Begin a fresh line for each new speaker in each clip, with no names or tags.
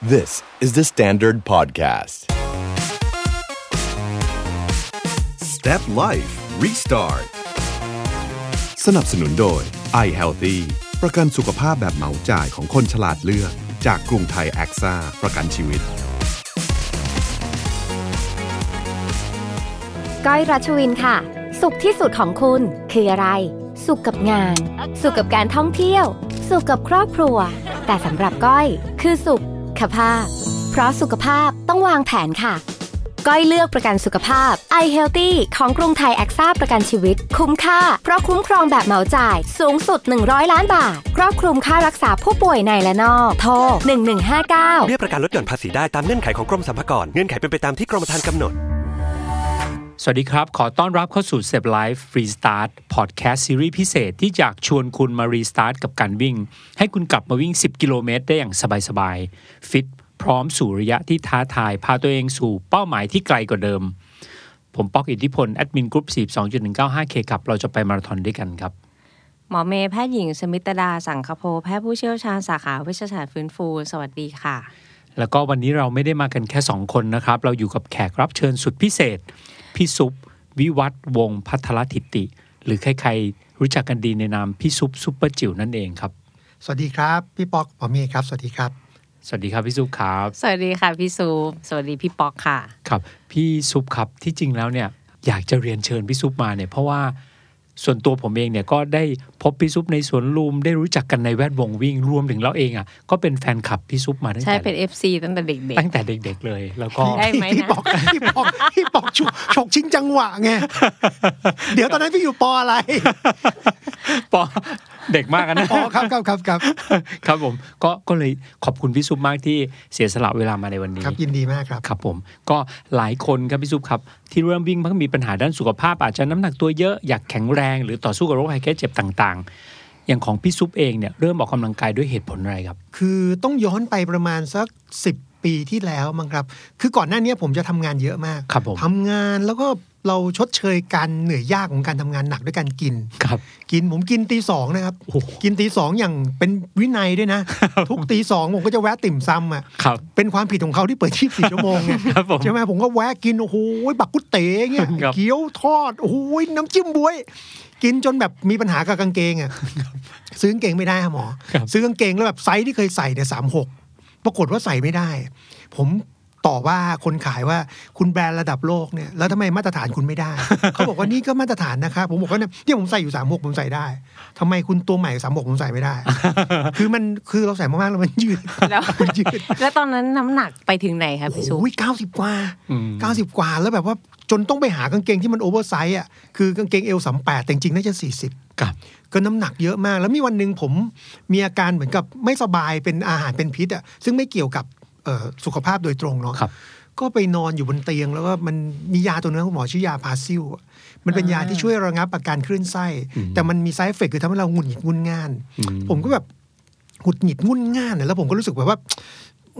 This is the Standard Podcast.
Step Life Restart สนับสนุนโดย iHealthy ประกันสุขภาพแบบเหมาจ่ายของคนฉลาดเลือก จากกรุงไทยแอคซ่าประกันชีวิต
ก้อยรัชวินค่ะ สุขที่สุดของคุณคืออะไร สุขกับงาน สุขกับการท่องเที่ยว สุขกับครอบครัว แต่สำหรับก้อยคือสุขขภาพ เพราะสุขภาพต้องวางแผนค่ะ ก้อยเลือกประกันสุขภาพ i Healthy ของกรุงไทยแอคซ่าประกันชีวิต คุ้มค่า เพราะคุ้มครองแบบเหมาจ่าย สูงสุด 100 ล้านบาท ครอบคลุมค่ารักษาผู้ป่วยในและนอก โทร 1159
เบี้ยประกันลดหย่อนภาษีได้ตามเงื่อนไขของกรมสรรพากร เงื่อนไขเป็นไปตามที่กรมธรรม์กำหนด
สวัสดีครับ ขอต้อนรับเข้าสู่ Step Life Restart Podcast ซีรีส์พิเศษที่อยากชวนคุณมารีสตาร์ทกับการวิ่ง ให้คุณกลับมาวิ่ง 10 กิโลเมตรได้อย่างสบายๆ ฟิตพร้อมสู่ระยะที่ท้าทาย พาตัวเองสู่เป้าหมายที่ไกลกว่าเดิม ผมป๊อกอิทธิพล แอดมินกรุ๊ป 42.195K ครับ เราจะไปมาราธอนด้วยกันครับ
หมอเมย์แพทย์หญิง สมิตดา สังคโปแพทย์ผู้เชี่ยวชาญสาขาเวิชาศาสตร์ฟื้นฟู สวัสดีค่ะ
แล้วก็วันนี้เราไม่ได้มากันแค่ 2 คนนะครับ เราอยู่กับแขกรับเชิญสุดพิเศษ พี่ซุป วิวัฒน์วงศ์พัทรทิติ หรือใครๆ รู้จักกันดีในนามพี่ซุปซุปเปอร์จิ๋วนั่นเองครับ
สวัสดีครับ พี่ปอกหมอเมย์ครับ สวัสดีครับ
สวัสดีครับพี่ซุปครับ
สวัสดีค่ะ พี่ซูปสวัสดีพี่ป๊อกค่ะ
ครับ พี่ซุปครับที่จริงแล้วเนี่ยอยากจะเรียนเชิญพี่ซุปมาเนี่ยเพราะว่าส่วนตัวผมเองเนี่ยก็ได้พบพี่ซุปในสวนลุมได้รู้จักกันในแวดวงวิ่งรวมถึงเราเองอ่ะก็เป็นแฟนคลับพี่ซุปมาตั้ง
ใช่
แต่
เป็น FC ตั้งแต่เด็ก
ตั้งแต่เด็ก ๆ เลย แล้วก็
ได้ไหมนะ
พี่ปอกพี่ปอกพี่ปอกฉกฉกชิงจังหวะ ไง เดี๋ยวตอนนั้นพี่อยู่ปออะไร
ปอเด็กมากอะนะ
อ๋อครับครับครับครับ
ครับผมก็ก็เลยขอบคุณพี่ซุปมากที่เสียสละเวลามาในวันนี้
ครับยินดีมากครับ
ครับผมก็หลายคนครับพี่ซุปครับ ที่เริ่มวิ่งเพักมีปัญหาด้านสุขภาพ อาจจะน้ำหนักตัวเยอะอยากแข็งแรง หรือต่อสู้กับโรคภัยแค่เจ็บต่างๆ อย่างของพี่ซุปเองเนี่ยเริ่มออกกำลังกายด้วยเหตุผลอะไรครับ
คือต้องย้อนไปประมาณสัก 10 ปีที่แล้วมั้งครับ คือก่อนหน้านี้ผมจะทำงานเยอะมาก
ครับผม
ทำงานแล้วก็เราชดเชยการเหนื่อยยากของการทำงานหนักด้วยการกิน
ครับ
กินผมกินตีสองนะครับ
โอ้โห
กินตีสองอย่างเป็นวินัยด้วย นะ ทุกตีสองผมก็จะแวะติ่มซำอ่ะ
ครับ
เป็นความผิดของเขาที่เปิด 24 ชั่วโมงไง
ครับผม
ใช่ไหมผมก็แวะกิน โอ้โหบักกุเต๋เงี้ย
ครับ
เกี๊ยวทอด โอ้โหน้ำจิ้มบวย กินจนแบบมีปัญหากับกางเกงอ่ะซื้อกางเกงไม่ได้ครับหมอ ซื้อกางเกงแล้วแบบไซส์ที่เคยใส่เนี่ยสามหกปรากฏว่าใส่ไม่ได้ ผมต่อว่าคนขายว่าคุณแบรนด์ระดับโลกเนี่ยแล้วทำไมมาตรฐานคุณไม่ได้ เขาบอกว่านี่ก็มาตรฐานนะคะผมบอกว่าเนี่ยเนี่ยผมใส่อยู่สามหกผมใส่ได้ทำไมคุณตัวใหม่สามหกผมใส่ไม่ได้ คือมันคือเราใส่มากๆแล้วมันยืด
ๆ แล้ว
มันยืด
แล้วตอนนั้นน้ำหนักไปถึงไหนคะพี่ซูป
โอ้ยเก้าสิบกว่า
อืม
เก้าสิบกว่าแล้วแบบว่าจนต้องไปหากางเกงที่มันโอเวอร์ไซส์อ่ะคือกางเกงเอลสามแปดแต่จริงๆน่าจะสี่สิบ
ครับ
ก็น้ำหนักเยอะมาก แล้วมีวันหนึ่งผมมีอาการเหมือนกับไม่สบายเป็นอาหารเป็นพิษอ่ะซึ่งไม่เกี่ยวกับเอ่อสุขภาพโดยตรงเนาะ
ครับ
ก็ไปนอนอยู่บนเตียง แล้วก็มันมียาตัวนึงคุณหมอชื่อยาพาซิลอะมันเป็นยาที่ช่วยระงับอาการคลื่นไส้แต่มันมีไซเอฟเฟกคือทำให้เราหงุดหงิดงุนง่าน
อืม
ผมก็แบบหงุดหงิดงุนง่านอะแล้วผมก็รู้สึกแบบว่า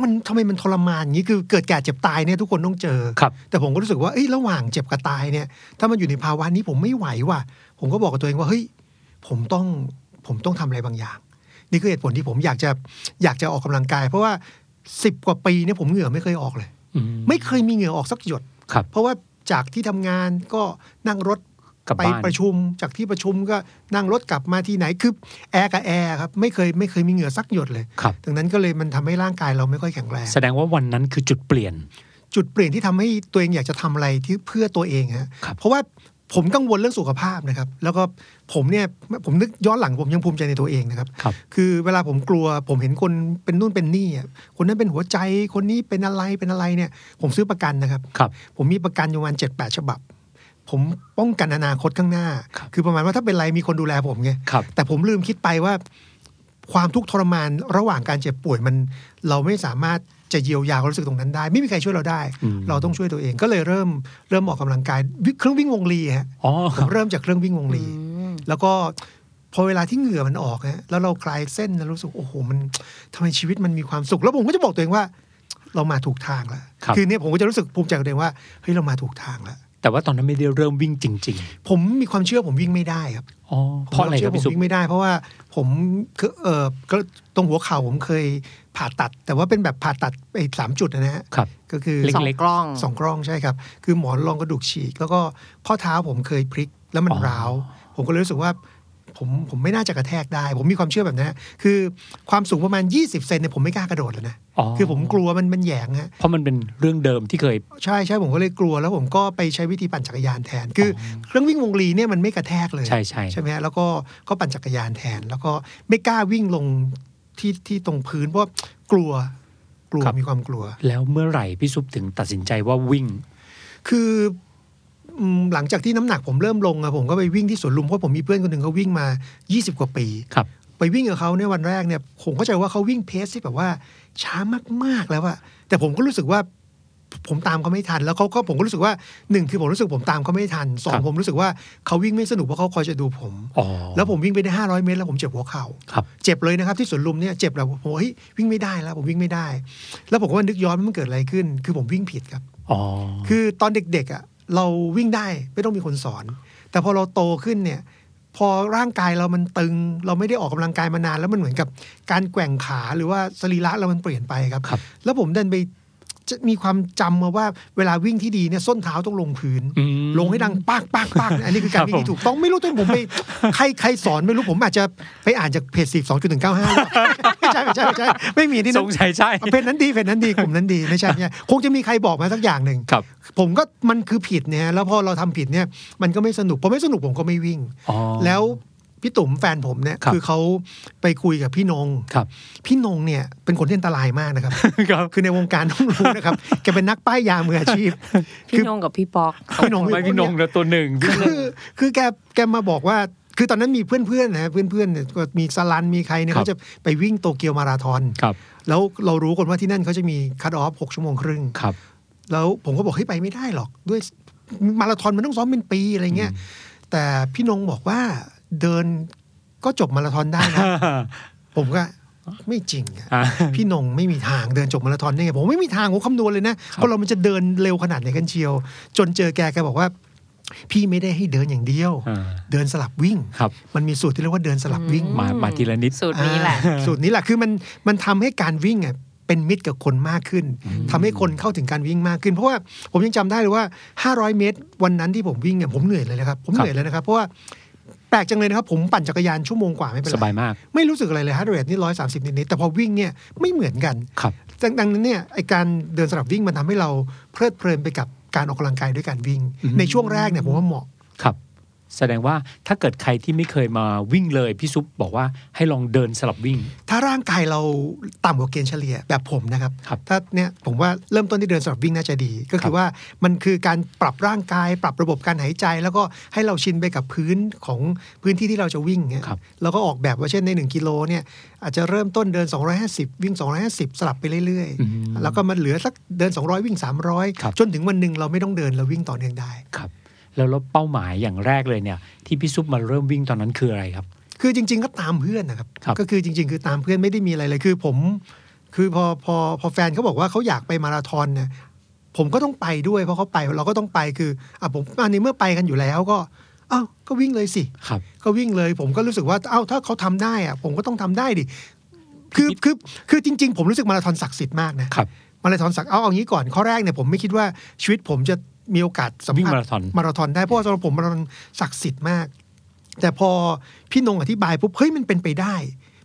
มันทำไมมันทรมานอย่างนี้คือเกิดแก่เจ็บตายเนี่ยทุกคนต้องเจอ
ครับ
แต่ผมก็รู้สึกว่าเอ้ยระหว่างเจ็บกับตายเนี่ย ถ้ามันอยู่ในภาวะนี้ผมไม่ไหวว่ะผมก็บอกกับตัวเองว่าเฮ้ยผมต้องผมต้องทำอะไรบางอย่าง นี่คือเหตุผลที่ผมอยากจะอยากจะออกกำลังกาย เพราะว่าสิบกว่าปีเนี่ยผมเหงื่อไม่เคยออกเลย
อื
ไม่เคยมีเหงื่อออกสักหยด
ครับ
เพราะว่าจากที่ทำงานก็นั่งรถ
กลับ
ไป
บ้าน
ประชุม จากที่ประชุมก็นั่งรถกลับมาที่ไหนคือแอร์กับแอร์ครับไม่เคยไม่เคยมีเหงื่อสักหยดเลย
ครับ
ดังนั้นก็เลยมันทำให้ร่างกายเราไม่ค่อยแข็งแรง
แสดงว่าวันนั้นคือจุดเปลี่ยน
จุดเปลี่ยนที่ทำให้ตัวเองอยากจะทำอะไรที่เพื่อตัวเองฮะ
ครับ
เพราะว่าผมกังวลเรื่องสุขภาพนะครับ แล้วก็ผมเนี่ยผมนึกย้อนหลังผมยังภูมิใจในตัวเองนะครับ
ครับ
คือเวลาผมกลัวผมเห็นคนเป็นนู่นเป็นนี่อะคนนั้นเป็นหัวใจคนนี้เป็นอะไรเป็นอะไรเนี่ย ผมซื้อประกันนะครับ
ครับ
ผมมีประกันอยู่ประมาณเจ็ดแปดฉบับ ผมป้องกันอนาคตข้างหน้า
ครับ
คือประมาณว่าถ้าเป็นอะไรมีคนดูแลผมไง
ครับ
แต่ผมลืมคิดไปว่า ความทุกข์ทรมานระหว่างการเจ็บป่วยมัน เราไม่สามารถจะเยียวยาความรู้สึกตรงนั้นได้ ไม่มีใครช่วยเราได้
อืม
เราต้องช่วยตัวเองก็เลยเริ่มเริ่มออกกำลังกายวิ่งเครื่องวิ่งวงลีฮะ
อ๋อ
ผ
ครั
ม
บ
เริ่มจากเครื่องวิ่งวงลี แล้วก็พอเวลาที่เหงื่อมันออกฮะแล้วเราคลายเส้นแล้วรู้สึกโอ้โหมันทำไมชีวิตมันมีความสุข แล้วผมก็จะบอกตัวเองว่า เรามาถูกทางแล้ว
ครับ
คือเนี่ยผมก็จะรู้สึกภูมิใจกับตัวเองว่าเฮ้ยเรามาถูกทางแล้ว
แต่ว่าตอนนั้นไม่ได้เริ่มวิ่งจริง
ผมมีความเชื่อผมวิ่งไม่ได้ครับ
ๆอ๋อเพราะอะไรครับ
ผม
พี่สุ
วิ่งไม่ได้ เพราะว่าผมคือเออก็ตรงหัวเข่าผมเคยผ่าตัด แต่ว่าเป็นแบบผ่าตัดไอ้สามจุดนะฮะ
ครับ
ก็คือ
เล็ก
สองกล้อง
สองกล้องใช่ครับ คือหมอนรองกระดูกฉีก แล้วก็ข้อเท้าผมเคยพลิกแล้วมัน
อ๋อ
ร้าว ผมก็เลยรู้สึกว่าผมผมไม่น่าจะกระแทกได้ ผมมีความเชื่อแบบนั้นฮะคือความสูงประมาณ 20 เซนเนี่ยผมไม่กล้ากระโดดเลยนะ คือผมกลัวมันมันแหยงฮะ
เพราะมันเป็นเรื่องเดิมที่เคย
ใช่ใช่ผมก็เลยกลัวแล้วผมก็ไปใช้วิธีปั่นจักรยานแทน คืออเครื่องวิ่งวงลีเนี่ยมันไม่กระแทกเลย
ใช่ใช่
ไหมฮะแล้วก็ก็ปั่นจักรยานแทน แล้วก็ไม่กล้าวิ่งลงที่ที่ตรงพื้นเพราะว่ากลัวกลัวมีความกลัว
แล้วเมื่อไหร่พี่ซุปถึงตัดสินใจว่าวิ่ง
คืออืมหลังจากที่น้ำหนักผมเริ่มลงอะผมก็ไปวิ่งที่สวนลุมเพราะผมมีเพื่อนคนหนึ่งเขาวิ่งมา 20 กว่าปี
ครับ
ไปวิ่งกับเขาในยวันแรกเนี่ยผมเข้าใจว่าเขาวิ่งเพสที่แบบว่าช้ามากๆแล้วอะแต่ผมก็รู้สึกว่าผมตามเขาไม่ทัน แล้วเขาก็ผมก็รู้สึกว่าหนึ่งคือผมรู้สึกผมตามเขาไม่ทันสอ
ครับ
งผมรู้สึกว่าเขาวิ่งไม่สนุกเพราะเขาคอยจะดูผม
อ๋อ
แล้วผมวิ่งไปได้ 500 เมตร แล้วผมเจ็บหัวเข่า
ครับ
เจ็บเลยนะครับที่สวนลุมเนี่ยเจ็บแล้วผมเฮ้ยวิ่งไม่ได้แล้วผมวิ่งไม่ได้ แล้วผมก็นึกย้อนว่ามันเกิดอะไรขึ้น คือผมวิ่งผิดครับ
อ๋อ
คือตอนเด็กๆอ่ะเราวิ่งได้ไม่ต้องมีคนสอน แต่พอเราโตขึ้นเนี่ย พอร่างกายเรามันตึง เราไม่ได้ออกกำลังกายมานาน แล้วมันเหมือนกับการแกว่งขาหรือว่าสรีระเรามันเปลี่ยนไปครับ
ครับ
แล้วผมดันไปจะมีความจำมาว่าเวลาวิ่งที่ดีเนี่ยส้นเท้าต้องลงพื้น
อืม
ลงให้ดังปักปักปักอันนี้คือการวิ่ง
ครับผม
ที่ถูกต้องไม่รู้ต้นผมไปใครใครสอนไม่รู้ผมอาจจะไปอ่านจากเพจสิบสองจุดหนึ่งเก้าห้าไม่ใช่ไม่ใช่ไม่ใช่ไม่มีที่
ส
นั่น
งสัยใช่
เพจนั้นดีเพจนั้นดีกลุ่มนั้นดีไม่ใช่ไม่ใช่คงจะมีใครบอกมาสักอย่างหนึ่ง
ครับ
ผมก็มันคือผิดเนี่ยแล้วพอเราทำผิดเนี่ยมันก็ไม่สนุกพอไม่สนุกผมก็ไม่วิ่ง
อ๋อ
แล้วพี่ตุ๋มแฟนผมเนี่ย
ครับ
อเขาไปคุยกับพี่นง
ครับ
พี่นงเนี่ยเป็นคนที่อันตรายมากนะครับ
ครับ
คือในวงการต้องรู้นะครับ แกเป็นนักป้ายยามืออา ชีพ
พี่นงกับพี่ป๊อก
พี่นง
ไม่พี่นงนะตัวหนึ่งพี่นง
คือคือแกแกมาบอกว่าคือตอนนั้นมีเพื่อนๆนะเพื่อนๆเนี่ยก็มีสลันมีใครเนี่ย
ครับ
เขาจะไปวิ่งโตเกียวมาราธอน
ครับ
แล้วเรารู้กันว่าที่นั่นเขาจะมีคัตออฟหกชั่วโมงครึ่ง
ครับ
แล้วผมก็บอกเฮ้ยไปไม่ได้หรอก ด้วยมาราธอนมันต้องซ้อมเป็นปีอะไรเงี้ยแต่พี่นงบอกว่าเดินก็จบมาราธอนได้ นะ ผมก็ไม่จริงอะ
อ่า
พี่นงไม่มีทางเดินจบมาราธอนได้ไงผมไม่มีทางผมคำนวณเลยนะคนเรามันจะเดินเร็วขนาดไหนกันเชียว จนเจอแกแกบอกว่า พี่ไม่ได้ให้เดินอย่างเดียว
อ่า
เดินสลับวิ่ง
ครับ
มันมีสูตรที่เรียกว่าเดินสลับวิ่ง
มามาทีละนิด
สูตรนี้แหละ
อ่าสูตรนี้แหละคือมันมันทำให้การวิ่งอ่ะเป็นมิตรกับคนมากขึ้นทำให้คนเข้าถึงการวิ่งมากขึ้น เพราะว่าผมยังจำได้เลยว่า 500 เมตร วันนั้นที่ผมวิ่งเนี่ยผมเหนื่อยเลยนะครับผมเหนื่อยเลยนะครับเพราะว่าแปลกจังเลยนะครับ ผมปั่นจักรยานชั่วโมงกว่าไม่เป็น
ส
ไร
บายมาก
ไม่รู้สึกอะไรเลยฮาร์ดเรทนี่ร้อยสาสิบนิดๆแต่พอวิ่งเนี่ยไม่เหมือนกัน
ครับ
ดังดังนั้นเนี่ยไอการเดินสลับวิ่งมันทำให้เราเพลิดเพลินไปกับการออกกำลังกายด้วยการวิ่ง ในช่วงแรกเนี่ยผมว่าเหมาะ
ครับ แสดงว่าถ้าเกิดใครที่ไม่เคยมาวิ่งเลย พี่ซุปบอกว่าให้ลองเดินสลับวิ่ง
ถ้าร่างกายเราต่ำกว่าเกณฑ์เฉลี่ยแบบผมนะครับ
ครับ
ถ้าเนี่ยผมว่าเริ่มต้นที่เดินสำหรับวิ่งน่าจะดี ก็
ครั
คือบ ว่ามันคือการปรับร่างกาย ปรับระบบการหายใจ แล้วก็ให้เราชินไปกับพื้นของพื้นที่ที่เราจะวิ่งเนี่ยแล้วก็ออกแบบว่าเช่นใน 1 กิโลเนี่ยอาจจะเริ่มต้นเดิน 250 วิ่ง 250 สลับไปเรื่อยๆ แล้วก็มันเหลือสักเดิน 200 วิ่ง 300 จนถึงวันหนึ่งเราไม่ต้องเดินเราวิ่งต่อเนื่องได้
ครับ แล้วแล้วเป้าหมายอย่างแรกเลยเนี่ย ที่พี่ซุปมาเริ่มวิ่งตอนนั้นคืออะไรครับ
คือจริง ๆ ก็ตามเพื่อนนะครับ
ครับ
ก็คือจริง ๆ คือตามเพื่อนไม่ได้มีอะไรเลยคือผม คือพอพอพอแฟนเขาบอกว่าเขาอยากไปมาราธอนเนี่ยผมก็ต้องไปด้วยเพราะเขาไปเราก็ต้องไปคืออ่ะผมอันนี้เมื่อไปกันอยู่แล้วก็อ้าวก็วิ่งเลยสิ
ครับ
ก็วิ่งเลย ผมก็รู้สึกว่าเอ้าถ้าเขาทำได้อ่ะผมก็ต้องทำได้ดิคือคือคือจริง ๆ ผมรู้สึกมาราธอนศักดิ์สิทธิ์มากนะครับมาราธอนศักดิ์เอาเอางี้ก่อนข้อแรกเนี่ยผมไม่คิดว่าชีวิตผมจะมีโอกาสสัม
วิ่ง
ผัส
มาราธอน
มาราธอนได้เพราะว่าสำหรับผมมาราธอนศักดิ์สิทธิ์มาก แต่พอพี่นงอธิบายปุ๊บเฮ้ยมันเป็นไปได้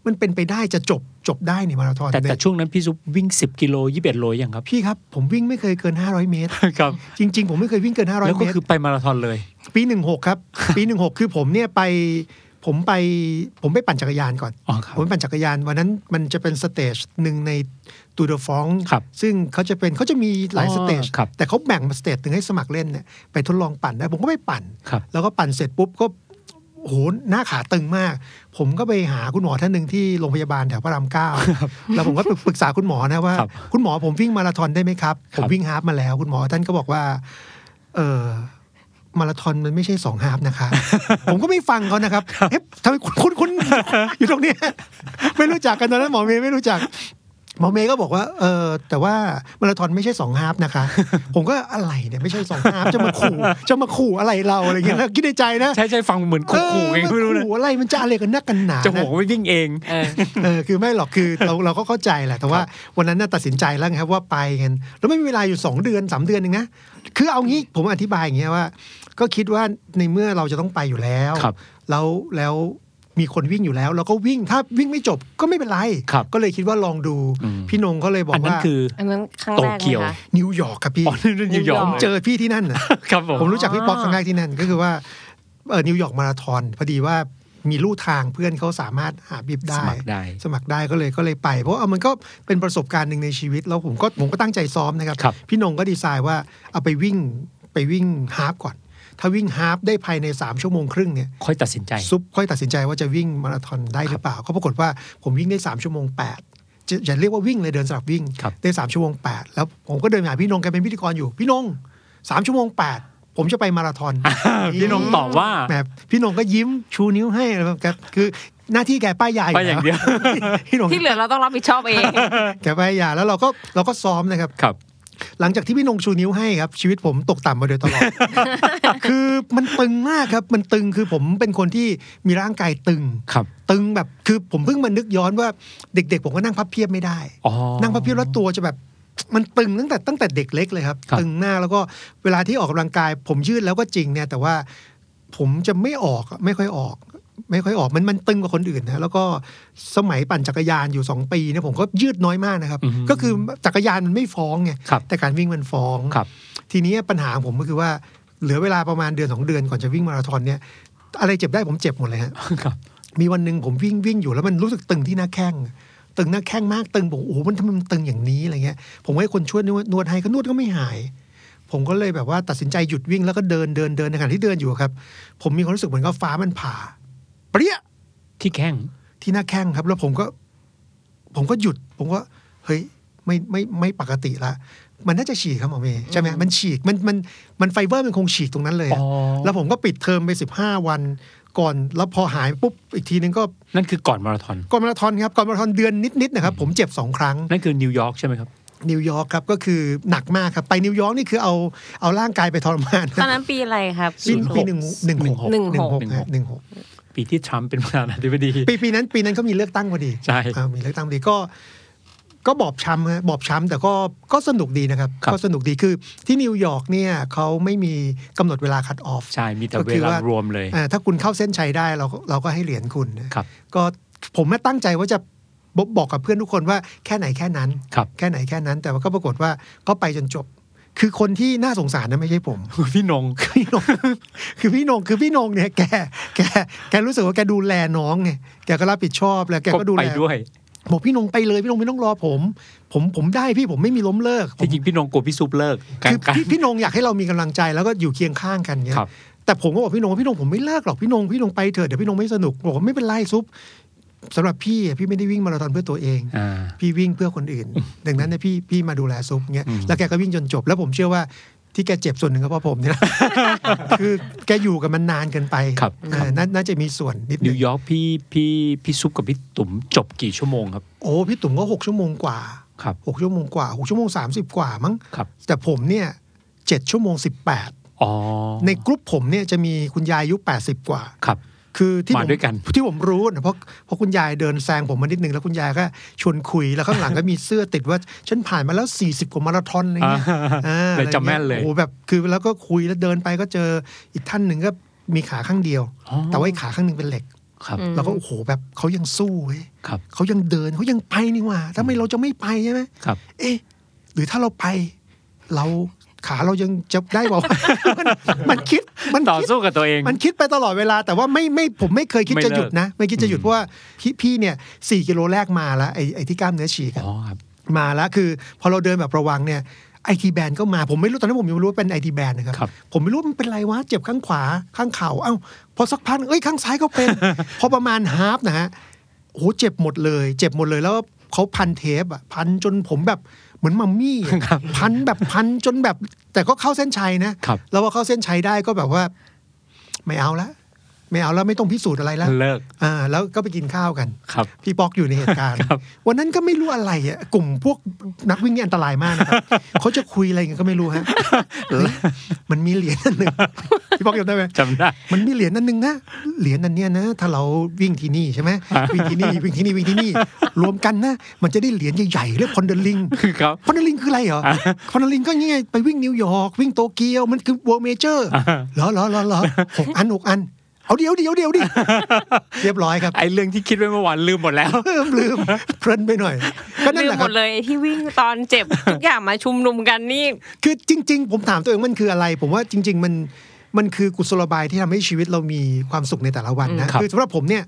มันเป็นไปได้จะจบจบได้ในมาราธอน
แต่แต่
เนี่ย
ช่วงนั้นพี่ซุปวิ่ง 10 กิโล21โลยัง ครับ
พี่ครับ ผมวิ่งไม่เคยเกิน 500 เมตร
ครับ
จริง ๆ ผมไม่เคยวิ่งเกิน
แล้ว
500 เม
ก็
ตร
คือไปมาราธอนเลย
ปี 16 ครับ ปี 16 คือผมเนี่ยไปผมไปผมไปปั่นจักรยานก่อน
อ๋อครับ
ผมไปปั่นจักรยานวันนั้นมันจะเป็นสเตจหนึ่งในตูดฟอง
ครับ
ซึ่งเขาจะเป็นเขาจะมีหลาย
อ๋อ
สเตจ
ครับ
แต่เขาแบ่งมาสเตจหนึ่งให้สมัครเล่นเนี่ยไปทดลองปั่นได้ผมก็ไปปั่น
ครับ
แล้วก็ปั่นเสร็จปุ๊บก็โอ้โหหน้าขาตึงมาก ผมก็ไปหาคุณหมอท่านหนึ่งที่โรงพยาบาลแถวพระรามเก้าแล้วผมก็ปรึกปรึกษาคุณหมอนะว่า
ครับ
คุณหมอผมวิ่งมาราธอนได้ไหมครับ
ค
ผ
รับ
มวิ่งฮาล์ฟมาแล้ว คุณหมอท่านก็บอกว่า เออมาราธอนมันไม่ใช่สองฮาล์ฟ นะคะผมก็ไม่ฟังเขานะครับ เอ๊ะทำไมคุณคุณคุณอยู่ตรงเนี้ยไม่รู้จักกันตอนนั้นหมอเมย์ไม่รู้จัก หมอเมย์ก็บอกว่าเออแต่ว่ามาราธอนไม่ใช่สองฮาล์ฟ นะคะ ผมก็อะไรเนี่ยไม่ใช่สองฮาล์ฟจะมาขู่จะมาขู่อะไรเราอะไร เงี้ยแล้วคิดในใจนะ
ใช่ใช่ฟังเหมือนขู่ๆเอง
เออ
ไม่รู้
มา
นะ
ขู่อะไรมันจะอะไรกันนักกันหนา
จะโห
นะ
งไปวิ่งเอง
เออ
เออคือไม่หรอกคือเราเราก็เข้าใจแหละแต่ว่าวันนั้นน่ะตัดสินใจแล้วไงครับว่าไปกันแล้วไม่มีเวลาอยู่สองเดือนสามเดือนเองนะคือเอางี้ผมอธิบายอย่างเงี้ยว่า ก็คิดว่าในเมื่อเราจะต้องไปอยู่แล้ว
ครับ
แล้วแล้วมีคนวิ่งอยู่แล้วเราก็วิ่งถ้าวิ่งไม่จบก็ไม่เป็นไร
ครับ
ก็เลยคิดว่าลองดู
อืม
พี่นงก็เลยบอ
อั
ก
นนั้น
ว่า
คือ
อันนั้นครั้งแรก
โต
ไห
เกี
ม
ยว
คะ
นิวยอร์กครับพี่
อ๋อนี่นิวยอร์ก
ผมเจอพี่ที่นั่นน่ะ
ครับผม
ผมรู้จักพี่ป๊อกครั้งแรกที่นั่น ก็คือว่าเออนิวยอร์กมาราธอนพอดีว่ามีลู่ทางเพื่อนเขาสามารถหาบิบได้
สมัครได้
สมัครได้ก็เลยก็เลยไป เพราะเอามันก็เป็นประสบการณ์หนึ่งในชีวิต แล้วผมก็ผมก็ตั้งใจซ้อมนะครับ
ครับ
พี่นงก็ดีไซน์ว่าเอาไปวิ่งไปวิ่งฮาฟก่อน ถ้าวิ่งฮาฟได้ภายใน 3 ชั่วโมงครึ่งเนี่ย
ค่อยตัดสินใจ
ซุปค่อยตัดสินใจว่าจะวิ่งมาราธอนได้หรือเปล่าก็ปรากฏว่าผมวิ่งได้ 3 ชั่วโมง 8 จะอย่าเรียกว่าวิ่งเลยเดินสลับวิ่ง
ครับ
ได้ 3 ชั่วโมง 8 แล้วผมก็เดินหาพี่นงแกเป็นพิธีกรอยู่พี่นง 3 ชั่วโมง 8 ผมจะไปมาราธอน
พี่นงตอบว่า
แหมพี่นงก็ยิ้มชูนิ้วให้อะไรแบบแกคือหน้าที่แกป้ายยาอยู่
ป้ายอย่างเดียว
พี่นง
ที่เหลือเราต้องรับผิดชอบเอง
แกป้ายยาแล้วเราก็เราก็ซ้อมนะครับ
ครับ
หลังจากที่พี่นงชูนิ้วให้ครับ ชีวิตผมตกต่ำมาโดยต ลอด คือมันตึงมากครับ มันตึงคือผมเป็นคนที่มีร่างกายตึง
ครับ
ตึงแบบคือผมเพิ่งมานึกย้อนว่าเด็ก ๆ ผมก็นั่งพับเพียบไม่ได้
อ๋อ
นั่งพับเพียบแล้วตัวจะแบบมันตึงตั้งแต่ตั้งแต่เด็กเล็กเลยครับ
ครับ
ตึงหน้ากแล้วก็เวลาที่ออกกำลังกาย ผมยืดแล้วก็จริงเนี่ยแต่ว่าผมจะไม่ออกไม่ค่อยออก ไม่ค่อยออกมันมันตึงกว่าคนอื่นนะแล้วก็สมัยปั่นจักรยานอยู่ 2 ปีเนี่ยผมก็ยืดน้อยมากนะครับ ก็คือจักรยานมันไม่ฟ้องไง
ครับ
แต่การวิ่งมันฟ้อง
ครับ
ทีนี้ปัญหาของผมก็คือว่าเหลือเวลาประมาณเดือนสองเดือนก่อนจะวิ่งมาราธอนเนี่ยอะไรเจ็บได้ผมเจ็บหมดเลยฮะ
ครับ
มีวันหนึ่งผมวิ่งวิ่งอยู่แล้วมันรู้สึกตึงที่หน้าแข้ง ตึงหน้าแข้งมากตึงผมโอ้โหมันทำไมมันตึงอย่างนี้อะไรเงี้ย ผมให้คนช่วยนวดนวดให้ก็นวดก็ไม่หาย ผมก็เลยแบบว่าตัดสินใจหยุดวิ่งแล้วก็เดินเดินเดินในขณะที่เดินอยู่ครับ ผมมีความรู้สึกเหมือนกับฟ้ามันผ่า เปรี้ย
ที่แข้ง
ที่หน้าแข้งครับ แล้วผมก็ ผมก็หยุด ผมก็เฮ้ยไม่ไม่ไม่ปกติละมันน่าจะฉีกครับหมอเมย์ใช่ไหมมันฉีกมันมันมันไฟเบอร์มันคงฉีกตรงนั้นเลยอะ
อ๋อ
แล้วผมก็ปิดเทอมไปสิบห้าวันก่อนแล้วพอหายปุ๊บอีกทีนึงก็
นั่นคือก่อนมาราธอน
ก่อนมาราธอนครับก่อนมาราธอนเดือนนิดๆนะครับผมเจ็บสองครั้ง
นั่นคือนิวยอร์กใช่ไหมครับ
นิวยอร์กครับก็คือหนักมากครับ ไปนิวยอร์กนี่คือเอาเอาร่างกายไปทรมาน
ตอนนั้นปีอะไรครับ
ปีปีหนึ่งหนึ่งหก
หนึ่งหก
ฮะหนึ่งหก
ปีที่ทรัมป์เป็นประธานาธิบดี
ปีปีนั้นปีนั้นก็มีเลือกตั้งพอดี
ใช่
อ่ามีเลือกตั้งพอดีก็ ก็บอบช้ำฮะบอบช้ำแต่ก็ก็สนุกดีนะครับ
ครับ
ก็สนุกดีคือที่นิวยอร์กเนี่ยเขาไม่มีกำหนดเวลาคัดออฟ
ใช่ มีแต่
ก็
เว
คือ
ลา
ว่า
รวมเลย
อ่าถ้าคุณเข้าเส้นชัยได้เราก็เราก็ให้เหรียญคุณนะครับ ก็ผมน่ะตั้งใจว่าจะบอกบอกกับเพื่อนทุกคนว่าแค่ไหนแค่นั้น
ครับ
แค่ไหนแค่นั้นแต่ว่าก็ปรากฏว่าก็ไปจนจบ คือคนที่น่าสงสารนะไม่ใช่ผม
พี่นง
พี่นงคือพี่นงคือพี่นงเนี่ยแกแกแกรู้สึกว่าแกดูแลน้องไงแกก็รับผิดชอบแล้วแกก็ดู
ไป
แล
ด้วย
บอกพี่นงไปเลยพี่นงไม่ต้องรอผม ผมผมได้พี่ผมไม่มีล้มเลิกผ
ที่
ม
จริงพี่นงกลัวพี่ซุปเลิกกลา
คื
ร
อ
กัน
พี่พี่นงอยากให้เรามีกำลังใจแล้วก็อยู่เคียงข้างกันเนี่ย
ครับ
แต่ผมก็บอกพี่นงว่าพี่นงผมไม่เลิกหรอกพี่นงพี่นงไปเถอะเดี๋ยวพี่นงไม่สนุกบอกว่าไม่เป็นไรซุปสำหรับพี่อะพี่ไม่ได้วิ่งมาราธอนเพื่อตัวเอง
อ่า
พี่วิ่งเพื่อคนอื่น ดังนั้นเนี่ยพี่พี่มาดูแลซุปเงี้ย แล้วแกก็วิ่งจนจบ แล้วผมเชื่อว่าที่แกเจ็บส่วนหนึ่งก็เพราะผมนี่แหละ คือแกอยู่กับมันนานเกินไป
ครับ
เอ
ครับ
อนาน่าจะมีส่วนนิดห
นิ
นึ
ว
ง
ยอร์กพี่พี่พี่ซุปกับพี่ตุ๋มจบกี่ชั่วโมงครับ
โอ้ พี่ตุ๋มก็หกชั่วโมงกว่า
ครับ
หกชั่วโมงกว่าหกชั่วโมงสามสิบกว่ามั้ง
ครับ
แต่ผมเนี่ยเจ็ดชั่วโมงสิบแปด
อ๋อ
ในกลุ่มผมเนี่ยจะมีคุณยายอายุแปดสิบกว่า
ครับ
คือที่
มา
ผ
ด้วยกัน
ที่ผมรู้นะเพราะเพราะคุณยายเดินแซงผมมานิดนึงแล้วคุณยายก็ชวนคุยแล้วข้างหลังก็มีเสื้อติดว่า ฉันผ่านมาแล้ว 40 กว่ามาราธอนอะไรเงี้ยอ่า
เลยจำแม่น
อะไร
เลย
งี้โอ้โหแบบคือแล้วก็คุยแล้วเดินไปก็เจออีกท่านหนึ่งก็มีขาข้างเดียว
อ๋อ
แต่ว่าไอ้ขาข้างหนึ่งเป็นเหล็ก
ครับ
แล้วก็โอ้โหแบบเขายังสู้เว้ย
ครับ
เขายังเดินเขายังไปนี่หว่าทำไมเราจะไม่ไปใช่ไหม
ครับ
เอ๊ะ หรือถ้าเราไป เราขาเรายังจะได้เปล่า มันมันคิดมัน
ต่อ
คิด
สู้กับตัวเอง
มันคิดไปตลอดเวลาแต่ว่าไม่ไม่ผมไม่เคยคิด
ไม่
จะ
เลิก
หยุดนะ ไม่คิดจะหยุดเพราะว่าพี่พี่เนี่ยสี่กิโลแรกมาแล้วไอ้ไอ้ที่กล้ามเนื้อฉีกอะ
อ๋อครับ
มาแล้วคือ พอเราเดินแบบระวังเนี่ยไอทีแบนก็มาผมไม่รู้ตอนนั้นผมยังไม่รู้ว่าเป็นไอทีแบนนะครับ
ครับ
ผมไม่รู้มันเป็นไรวะเจ็บข้างขวาข้างเข่าเอ้าพอสักพักเอ้ยข้างซ้ายก็เป็น พอประมาณฮาฟนะฮะโอ้โหเจ็บหมดเลย เจ็บหมดเลยแล้วเขาพันเทปอะพันจนผมแบบเหมือนมัมมี่อะ
ครับ
พันแบบพันจนแบบ แต่ก็เข้าเส้นชัยนะครับ แล้วพอเข้าเส้นชัยได้ก็แบบว่า ไม่เอาละ ไม่เอาแล้วไม่ต้องพิสูจน์อะไรแล้ว
เลิก
อ่าแล้วก็ไปกินข้าวกัน
ครับ
พี่ป๊อกอยู่ในเหตุการณ์
ครับ
วันนั้นก็ไม่รู้อะไรอ่ะกลุ่มพวกนักวิ่งเนี่ยอันตรายมาก นะครับ เขาจะคุยอะไรกันก็ไม่รู้ฮะเฮ้ยมันมีเหรียญอัน หนึ่งพี่ป๊อกจำได้ไหม
จำได้
มันมีเหรียญอันหนึ่งนะเหรียญอันเนี้ยนะ ถ้าเราวิ่งที่นี่ใช่ไหมวิ่งที่นี่วิ่งที่นี่วิ่งที่นี่ รวมกันนะ มันจะได้เหรียญใหญ่ๆเรียกพอนเดลิง
ครับ
พอนเดลิงคืออะไรเหรอพอนเดลิงก็ยังไงไปวิ่งนิวยอร์กวิ่งโตเกียวมันคือวอลเมเจอร์
อ่า
เหรอเหรอเหรอเหรอหกอันหกอันเอาเดี๋ยวเดี๋ยวเดี๋ยว ดิเรียบร้อยครับ
ไอ้เรื่องที่คิดไว้เมื่อวานลืมหมดแล้ว
ลืมลืมเพลินไปหน่อย ก็นั่น
ลื
แห
ม
ละ
หม
ครับ
ดเลยไอ้ที่วิ่งตอนเจ็บ ทุกอย่างมาชุมนุมกันนี่
คือจริง ๆ ผมถามตัวเองมันคืออะไร ผมว่าจริง ๆ มันมันคือกุศโลบายที่ทำให้ชีวิตเรามีความสุขในแต่ละวัน
อืม
นะ
ครับ
คือสำหรับผมเนี่ย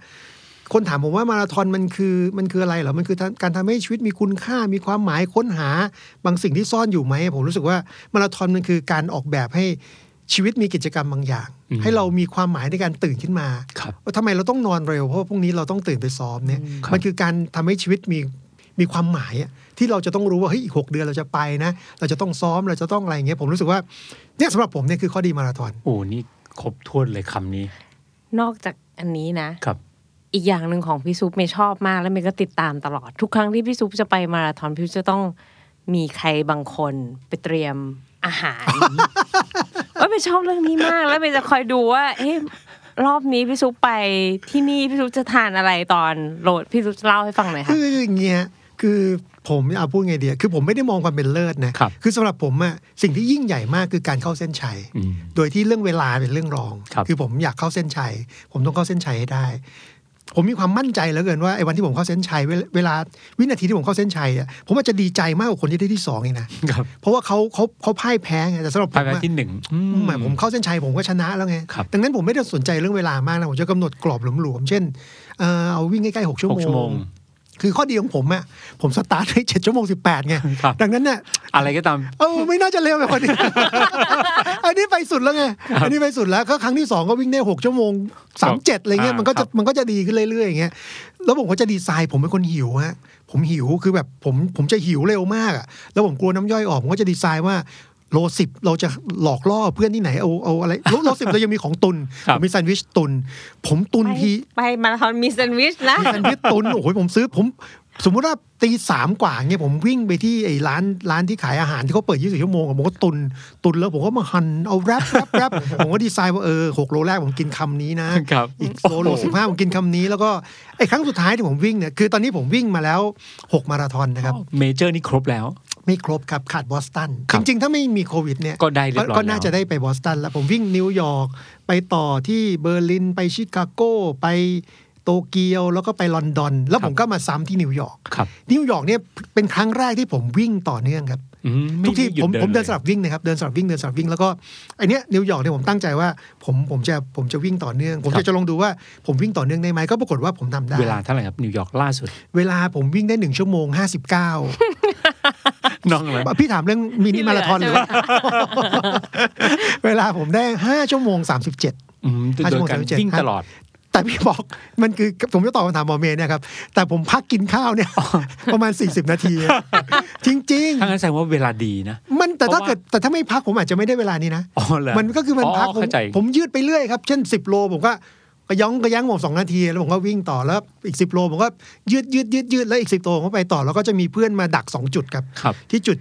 คนถามผมว่ามาราธอนมันคือมันคืออะไรเหรอ มันคือการทำให้ชีวิตมีคุณค่ามีความหมายค้นหาบางสิ่งที่ซ่อนอยู่ไหมผมรู้สึกว่ามาราธอนมันคือการออกแบบให้ชีวิตมีกิจกรรมบางอย่าง ให้เรามีความหมายในการตื่นขึ้นมา
ครับ
ว่าทำไมเราต้องนอนเร็วเพราะว่าพรุ่งนี้เราต้องตื่นไปซ้อมเนี่ย
ครับ
มันคือการทำให้ชีวิตมีมีความหมายอะที่เราจะต้องรู้ว่าเฮ้ยอีกหกเดือนเราจะไปนะ เราจะต้องซ้อมเราจะต้องอะไรอย่างเงี้ยผมรู้สึกว่าเนี่ยสำหรับผมเนี่ยคือข้อดีมาราธอน
โอ้นี่ครบถ้วนเลยคำนี้
นอกจากอันนี้นะ
ครับ
อีกอย่างหนึ่งของพี่ซุปเมย์ชอบมาก และเมย์ก็ติดตามตลอด ทุกครั้งที่พี่ซุปจะไปมาราธอนพี่ซุปจะต้องมีใครบางคนไปเตรียมอาหาร ว่าเมย์ชอบเรื่องนี้มาก แล้วเมย์จะคอยดูว่าเอ๊ะรอบนี้พี่ซุปไปที่นี่พี่ซุปจะทานอะไรตอนโหลดพี่ซุปเล่าให้ฟังหน่อยค่ะ
คืออย่างเงี้ยคือผมเอาพูดไงเดียคือผมไม่ได้มองความเป็นเลิศนะครับ คือสำหรับผมอะสิ่งที่ยิ่งใหญ่มากคือการเข้าเส้นชัย
อืม
โดยที่เรื่องเวลาเป็นเรื่องรอง
ครับ
อผมอยากเข้าเส้นชัย ผมต้องเข้าเส้นชัยให้ได้ ผมมีความมั่นใจเหลือเกินว่าไอ้วันที่ผมเข้าเส้นชัยเวลาเวลาวินาทีที่ผมเข้าเส้นชัยอะผมอาจจะดีใจมากกว่าคนที่ได้ที่สองเองนะครับ เพราะว่าเขาเขาเขาพ่ายแพ้ไงแต่สำหรับผ
ภาย
ม
ใน
อะ
ที่หนึ่งอืม
หมายผมเข้าเส้นชัยผมก็ชนะแล้วไง
ครับ
ดังนั้นผมไม่ได้สนใจเรื่องเวลามากนะผมจะกำหนดกรอบหลวมๆเช่นเอ่อเอาวิ่งใกล้ๆหกชั่
หกชั่วโมง
คือข้อดีของผมอะผมสตาร์ทให้เจ็ดชั่วโมงสิบแปดไง
ครับ
ดังนั้นเนี่ย
อะไรก็ตาม
เออไม่น่าจะเร็วแบบคนนี้ อันนี้ไปสุดแล้วไง อันนี้ไปสุดแล้วก็ครั้งที่สองก็วิ่งได้หกชั่วโมงสามเจ็ดอะไรเงี้ย
อ่ามั
มันก็
ครั
จะ
บ
มันก็จะดีขึ้นเรื่อยๆอย่างเงี้ยแล้วผมก็จะดีไซน์ผมเป็นคนหิวฮะผมหิวคือแบบผมผมจะหิวเร็วมากอะแล้วผมกลัวน้ำย่อยออกผมก็จะดีไซน์ว่าโลสิบเราจะหลอกล่อเพื่อนที่ไหนเอาเอาอะไรโลโลสิบเรายังมีของตุนผมมีแซนด์วิชตุน ผมตุน
ไป
ที
ไปมาราธอนมีแซนด์วิชนะ
มีแซนด์วิชตุนโอ้โหผมซื้อผมสมมุติว่าตีสามกว่าเงี้ยผมวิ่งไปที่ไอ้ร้านร้านที่ขายอาหารที่เขาเปิด 24 ชั่วโมงอะผมก็ตุนตุนแล้วผมก็มาหั่นเอาแรปแรปแรป ผมก็ดีไซน์ว่าเออหกโลแรกผมกินคำนี้นะ
ครับ
อีกโลโลสิบห้าผมกินคำนี้แล้วก็ไอ้ครั้งสุดท้ายที่ผมวิ่งเนี่ยคือตอนนี้ผมวิ่งมาแล้ว 6 มาราธอนนะครับ
เมเจอร์นี่ครบแล้ว
ไม่ครบครับขาดบอสตัน
ครั
จ
บ
ริง ๆ ถ้าไม่มีโควิดเนี่ย
ก็ได้เรียบร้อย
ก็น่า
แล้ว
จะได้ไปบอสตันแล้วผมวิ่งนิวยอร์กไปต่อที่เบอร์ลินไปชิคาโกไปโตเกียวแล้วก็ไปลอนดอน แล้
ค
ว
รับ
ผมก็มาซ้ำที่นิวยอร์ก
ครับ
นิวยอร์กเนี่ยเป็นครั้งแรกที่ผมวิ่งต่อเนื่องครับ
อืมไ
ทุกที่
ไหยุ
ผมผมเดิน
ลย
สลับวิ่งนะครับเดินสลับวิ่งเดินสลับวิ่งแล้วก็ไอเนี้ยนิวยอร์กเนี่ยผมตั้งใจว่าผมผมจะผมจะวิ่งต่อเนื่อง ผม
ครับ
จะจะลองดูว่าผมวิ่งต่อเนื่องได้ไหมก็ปรากฏว่าผมทำได้
เวลาเท่าไหร่ครับนิวยอร์กล่าสุด
เวลาผมวิ่งได้หนึ่งชั่วโมงห้าสิบเก้า
น้องเลย
พี่ถามเรื่องมินิมาราธอน
ที่
เล
เหล
ย
ือ
เวลาผมได้ 5 ชั่วโมง 37
อืมโดยการ
ห้าชั่วโมงสามสิบเจ็ด
วิ่งตลอด
แต่พี่บอกมันคือผมจะตอบคำถามหมอเมย์เนะครับ แต่ผมพักกินข้าวเนี่ย ประมาณ 40 นาที จริง
ถ้างั้นแสดงว่าเวลาดีนะ
ๆ มันแต่ถ้า
เพราะว่า
เกิดแต่ถ้าไม่พักผมอาจจะไม่ได้เวลานี้นะ
อ๋อเหรอ
มันก็คือมันพักผม
เข้าใจ
ผมยืดไปเรื่อยครับ เช่น 10 โลผมก็กระย้องกระยั้งผมสองนาที แล้วผมก็วิ่งต่อแล้วอีก 10 โลผมก็ยืดยืดยืดยืดแล้วอีก 10 โลผมก็ไปต่อแล้วก็จะมีเพื่อนมาดัก 2 จุดครับ
ครับ
ที่จุด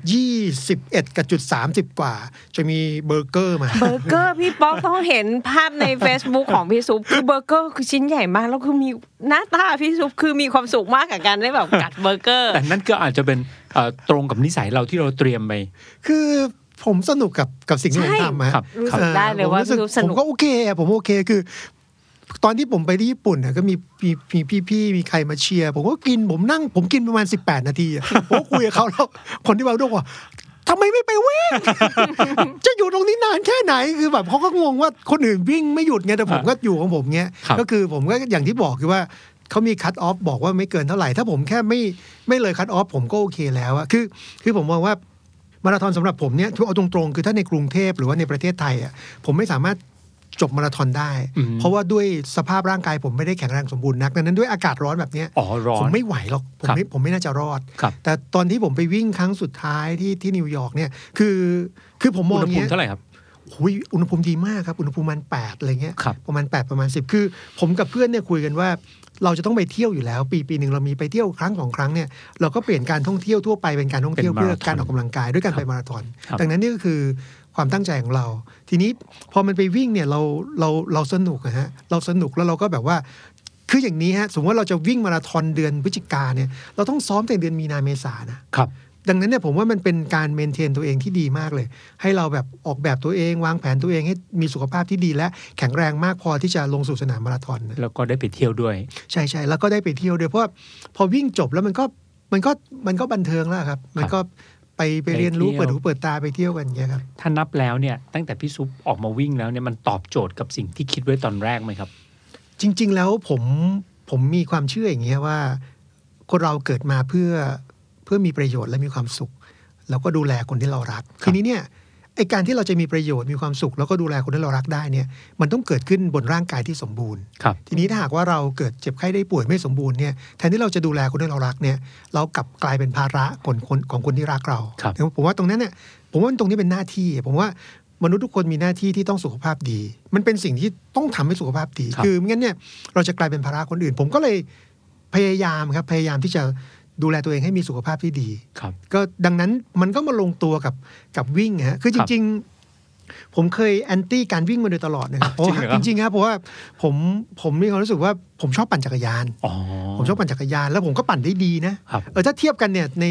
21 กับจุด 30 กว่า จะมีเบอร์เกอร์มา
เบอร์เกอร์พี่ป๊อกต้องเห็นภาพใน Facebook ของพี่ซุปคือเบอร์เกอร์คือชิ้นใหญ่มาก แล้วคือมีหน้าตาพี่ซุปคือมีความสุขมากกับการได้แบบกัดเบอร์เกอร์
แต่นั่นก็อาจจะเป็นเอ่อตรงกับนิสัยเราที่เราเตรียมไป
คือผมสนุกกับกับสิ่งที่ผม
ใช่
ทำอะ
ครับ
รู้สึกได้เลย
ออ
ว่า
ผมรู้สึ
พี่ซุปส
กผม
นุก
ก็โอเคอะผมโอเคคือ ตอนที่ผมไปที่ญี่ปุ่นอะก็มีมีมีพี่ๆมีใครมาเชียร์ผมก็กินผมนั่ง ผมกินประมาณ 18 นาทีอะ ผมก็คุยกับเขาแล้วคนที่มาด้วยว่าทำไมไม่ไปวิ่ง จะอยู่ตรงนี้นานแค่ไหนคือแบบเขาก็งงว่าคนอื่นวิ่งไม่หยุดไงแต่ผมก็อยู่ของผมเงี้ย
ครับ
ก็คือผมก็อย่างที่บอกคือว่าเขามีคัตออฟบอกว่าไม่เกินเท่าไหร่ ถ้าผมแค่ไม่ไม่เลยคัตออฟผมก็โอเคแล้วอะคือ คือผมมองว่า มาราธอนสำหรับผมเนี่ยเอาตรงๆ คือถ้าในกรุงเทพหรือว่าในประเทศไทยอ่ะผมไม่สามารถจบมาราธอนได้
อืม
เพราะว่าด้วยสภาพร่างกายผมไม่ได้แข็งแรงสมบูรณ์นักดังนั้นด้วยอากาศร้อนแบบเนี้ย
อ๋อร้อน
ผมไม่ไหวหรอกผมไม่ผมไม่น่าจะรอด
ครับ
แต่ตอนที่ผมไปวิ่งครั้งสุดท้ายที่ที่นิวยอร์กเนี่ยคือคือผมมอง
อุณ
อ
หภู
ย่างเงี้
มิ
ย
เท่าไหร่ครับ
หุยอุณหภูมิดีมากครับ อุณหภูมิประมันแปดอะไรเงี้ย
ครับ
ประมาณ 8 ประมาณ 10 คือ ผมกับเพื่อนเนี่ยคุยกันว่า เราจะต้องไปเที่ยวอยู่แล้ว ปีปีหนึ่งเรามีไปเที่ยวครั้งสองครั้งเนี่ยเราก็เปลี่ยนการท่องเที่ยวทั่วไปเป็นการท่องเที่ยว
เป็นมา
เพื่
ราธ
อ
อน
การออกกำลังกายด้วยการไปมาราธอน
ครับ
ดังนั้นนี่ก็คือความตั้งใจของเรา ทีนี้พอมันไปวิ่งเนี่ยเราเราเราสนุกอะฮะเราสนุกแล้วเราก็แบบว่า คืออย่างนี้ฮะสมมติว่าเราจะวิ่งมาราธอนเดือนพฤศจิกาเนี่ยเราต้องซ้อมแต่เดือนมีนาเมษานะ
ครับ
ดังนั้นเนี่ยผมว่ามันเป็นการเมนเทนตัวเองที่ดีมากเลย ให้เราแบบออกแบบตัวเอง วางแผนตัวเองให้มีสุขภาพที่ดีและแข็งแรงมากพอที่จะลงสู่สนามมาราธอนนะ
แล้วก็ได้ไปเที่ยวด้วย
ใช่ใช่แล้วก็ได้ไปเที่ยวด้วยเพราะว่าพอวิ่งจบแล้วมันก็มันก็มันก็บันเทิงแล้วครับ มันก็ไปไปเรียนรู้
ไปเที่ยว
เปิดหูเปิดตาไปเที่ยวกันอย่างเงี้ยครับ
ถ้านับแล้วเนี่ยตั้งแต่พี่ซุปออกมาวิ่งแล้วเนี่ยมันตอบโจทย์กับสิ่งที่คิดไว้ตอนแรกไหมครับ
จริง ๆ แล้วผมผมมีความเชื่ออย่างเงี้ยว่า คนเราเกิดมาเพื่อเพื่อมีประโยชน์และมีความสุข แล้วก็ดูแลคนที่เรารัก ทีนี้เนี่ยไอการที่เราจะมีประโยชน์มีความสุข แล้วก็ดูแลคนที่เรารักได้เนี่ย มันต้องเกิดขึ้นบนร่างกายที่สมบูรณ์
ครับ
ทีนี้ถ้าหากว่าเราเกิดเจ็บไข้ได้ป่วยไม่สมบูรณ์เนี่ยแทนที่เราจะดูแลคนที่เรารักเนี่ย เรากลับกลายเป็นภาระคนคนของคนที่รักเรา
ครับ
แต่ผมว่าตรงนั้นเนี่ยผมว่าตรงนี้เป็นหน้าที่ ผมว่ามนุษย์ทุกคนมีหน้าที่ที่ต้องสุขภาพดี มันเป็นสิ่งที่ต้องทำให้สุขภาพดี
ครับ
อไม่งั้นเนี่ยเราจะกลายเป็นภาระคนอื่น ผมก็เลยพยายามครับพยายามที่จะดูแลตัวเองให้มีสุขภาพที่ดี
ครับ
ก็ดังนั้นมันก็มาลงตัวกับกับวิ่งฮะคือ
ค
จ
รับ
ริง ๆ ผมเคยแอนตี้การวิ่งมาโดยตลอดนะครับเพราะว่า
จริงเหรอครับ
จริงๆครับเพราะว่าผมผมมีความรู้สึกว่าผมชอบปั่นจักรยาน
อ๋อ
ผมชอบปั่นจักรยานแล้วผมก็ปั่นได้ดีนะครับ เออถ้าเทียบกันเนี่ยใน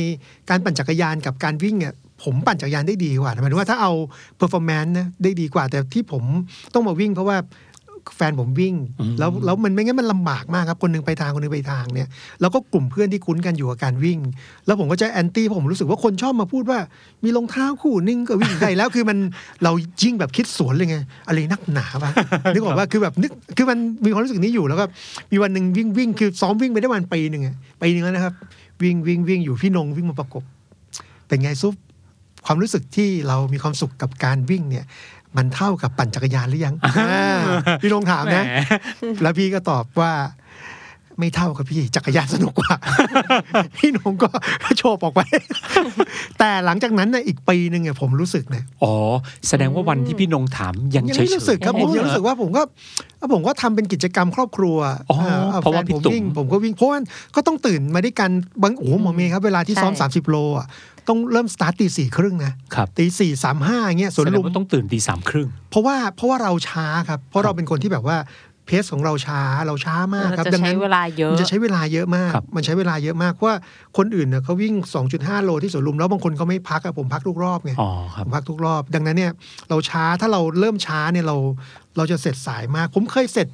การปั่นจักรยานกับการวิ่งเนี่ยผมปั่นจักรยานได้ดีกว่าหมายถึงว่าถ้าเอาเพอร์ฟอร์แมนซ์นะได้ดีกว่า แต่ที่ผมต้องมาวิ่งเพราะว่าแฟนผมวิ่ง
อืม
แล้วแล้วมันไม่งั้นมันลำบากมากครับคนหนึงไปทางคนหนึงไปทางเนี่ยแล้วก็กลุ่มเพื่อนที่คุ้นกันอยู่กับการวิ่ง แล้วผมก็จะแอนตี้เพราะผมรู้สึกว่าคนชอบมาพูดว่ามีรองเท้าคู่นึงก็วิ่งได้แล้วคือมันเรายิ่งแบบคิดสวนเลยไงอะไรนักหนาวะ นึกออกว่าคือแบบนึกคือมันมีความรู้สึกนี้อยู่แล้วก็มีวันหนึ่งวิ่งวิ่งคือซ้อมวิ่งไปได้วันปีหนึ่งอะปีหนึ่งแล้วนะครับ วิ่งวิ่งวิ่งอยู่พี่นงวิ่งมาประกบ เป็นไงซุปความรู้สึกที่เรามีความสุขกับการวิ่งเนี่ย มันเท่ากับปั่นจักรยานหรือยังอ่าพี่นงถาม
แหม
นะ แล้วพี่ก็ตอบว่าไม่เท่ากับพี่จักรยานสนุกกว่า พี่หนุ่มก็ โชว์ออกไป แต่หลังจากนั้นนะอีกปีหนึ่งเนี่ยผมรู้สึกนะ
อ๋อ แสดงว่าวันที่พี่นงถามยัง
ยัง
เฉย
ไม่
ๆ
รู้สึกครับ
อ๋อ
ผมยั
เหอ
งรู้สึกว่าผมก็ผมก็ทำเป็นกิจกรรมครอบครัว
อ๋อ
อ่อ
เพราะว่า
แฟน
พี่
ผม
ตุ๋ม
วิ่งผมก็วิ่งเพราะว่าก็ต้องตื่นมาด้วยกันบางโอ้โหหมอเมย์ครับเวลาที่ซ้อม
ใช่
30 โลอ่ะต้องเริ่มสตาร์ทตีสี่ครึ่งนะครับ ตีสี่สามห้าเงี้ยสวน
แสด
ลุ
ง
ม
ว่าต้องตื่นตีสามครึ่ง
เพราะว่าเพราะว่าเราช้าครับเพราะเราเป็นคนที่แบบว่าเพสของเราช้าเราช้ามากครับ
เราจะ
ดังนั้น
ใช้เวลาเยอะ
มันจะใช้เวลาเยอะมาก
ครับ
มันใช้เวลาเยอะมากเพราะว่าคนอื่นเน่ยเขาวิ่ง 2.5 โลที่สวนลุมแล้วบางคนเขาไม่พักอะผมพักทุกรอบไง
อ๋อค
ผ
รับ
มพักทุกรอบ ดังนั้นเนี่ยเราช้าถ้าเราเริ่มช้าเนี่ยเราเราจะเสร็จสายมาก ผมเคยเสร็จ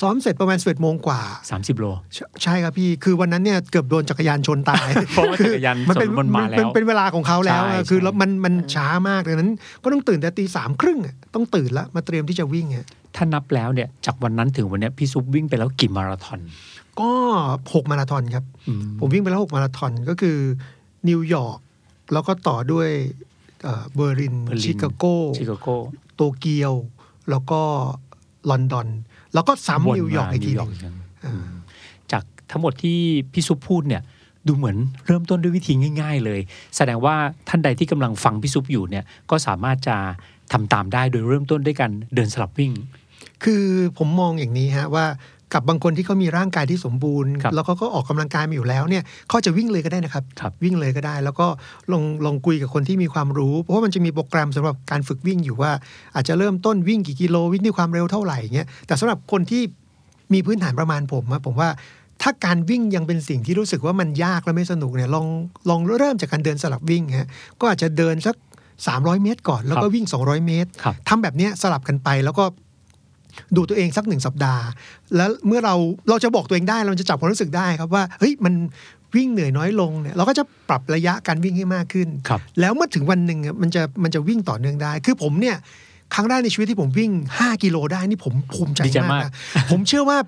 ซ้อมเสร็จประมาณสิบเอ็ดโมงกว่า
30 โล
ใช่ใช่ครับพี่ คือวันนั้นเนี่ยเกือบโดนจักรยานชนตาย
เพราะว่าจักรยาน
คือเป็น
ส่งมันมาแล้ว
นเป็นเวลาของเขาแล้ว
ใช่
อะคือ
ใช่
แล้วมันมันช้ามากดังนั้น ก็ต้องตื่นแต่ตีสามครึ่งอะต้องตื่นละมาเตรียมที่จะวิ่งอะ
ถ้านับแล้วเนี่ยจากวันนั้นถึงวันเนี้ยพี่ซุปวิ่งไปแล้วกี่มาราธอน
ก็หกมาราธอนครับ
อืม
ผมวิ่งไปแล้วหกมาราธอนก็คือนิวยอร์กแล้วก็ต่อด้วยเอ่อเบอร์ลิน
เบอร์ลิน
ชิคาโก
ชิคาโก
โตเกียว แล้วก็ลอนดอน แล้วก็
ว
ซ้ำ
น
นิวยอร์ก
มา
อีกที
นิว
ห
ยอร์
นึ่ง
กกครั้งอืมจากทั้งหมดที่พี่ซุปพูดเนี่ยดูเหมือนเริ่มต้นด้วยวิธีง่าย ๆ เลย แสดงว่าท่านใดที่กำลังฟังพี่ซุปอยู่เนี่ยก็สามารถจะทำตามได้โดยเริ่มต้นด้วยการเดินสลับวิ่ง
คือผมมองอย่างนี้ฮะว่ากับบางคนที่เขามีร่างกายที่สมบูรณ์
ครับ
แล้วเขาก็ออกกำลังกายมาอยู่แล้วเนี่ยเขาจะวิ่งเลยก็ได้นะครับ
ครับ
วิ่งเลยก็ได้ แล้วก็ลองลองคุยกับคนที่มีความรู้ เพราะว่ามันจะมีโปรแกรมสำหรับการฝึกวิ่งอยู่ว่า อาจจะเริ่มต้นวิ่งกี่กิโลวิ่งด้วยความเร็วเท่าไหร่เงี้ยแต่สำหรับคนที่มีพื้นฐานประมาณผมอะผมว่าถ้าการวิ่งยังเป็นสิ่งที่รู้สึกว่ามันยากและไม่สนุกเนี่ยลองลองเริ่มจากการเดินสลับวิ่งฮะก็อาจจะเดินสัก 300 เมตร ก่อนแล้ว
ค
ก็
รับ
วิ่ง 200 เมตร
ครับ
ทำแบบเนี้ยสลับกันไปแล้วก็ ดูตัวเองสักหนึ่งสัปดาห์ แล้วเมื่อเราเราจะบอกตัวเองได้เราจะจับความรู้สึกได้ครับว่าเฮ้ยมันวิ่งเหนื่อยน้อยลงเนี่ยเราก็จะปรับระยะการวิ่งให้มากขึ้น
ครับ
แล้วเมื่อถึงวันหนึ่งอะมันจะมันจะวิ่งต่อเนื่องได้ คือผมเนี่ยครั้งแรกในชีวิตที่ผมวิ่ง 5 กิโลได้นี่ผมภูมิใจ
ดีใจมาม
าก กนะผมเชื่อว่า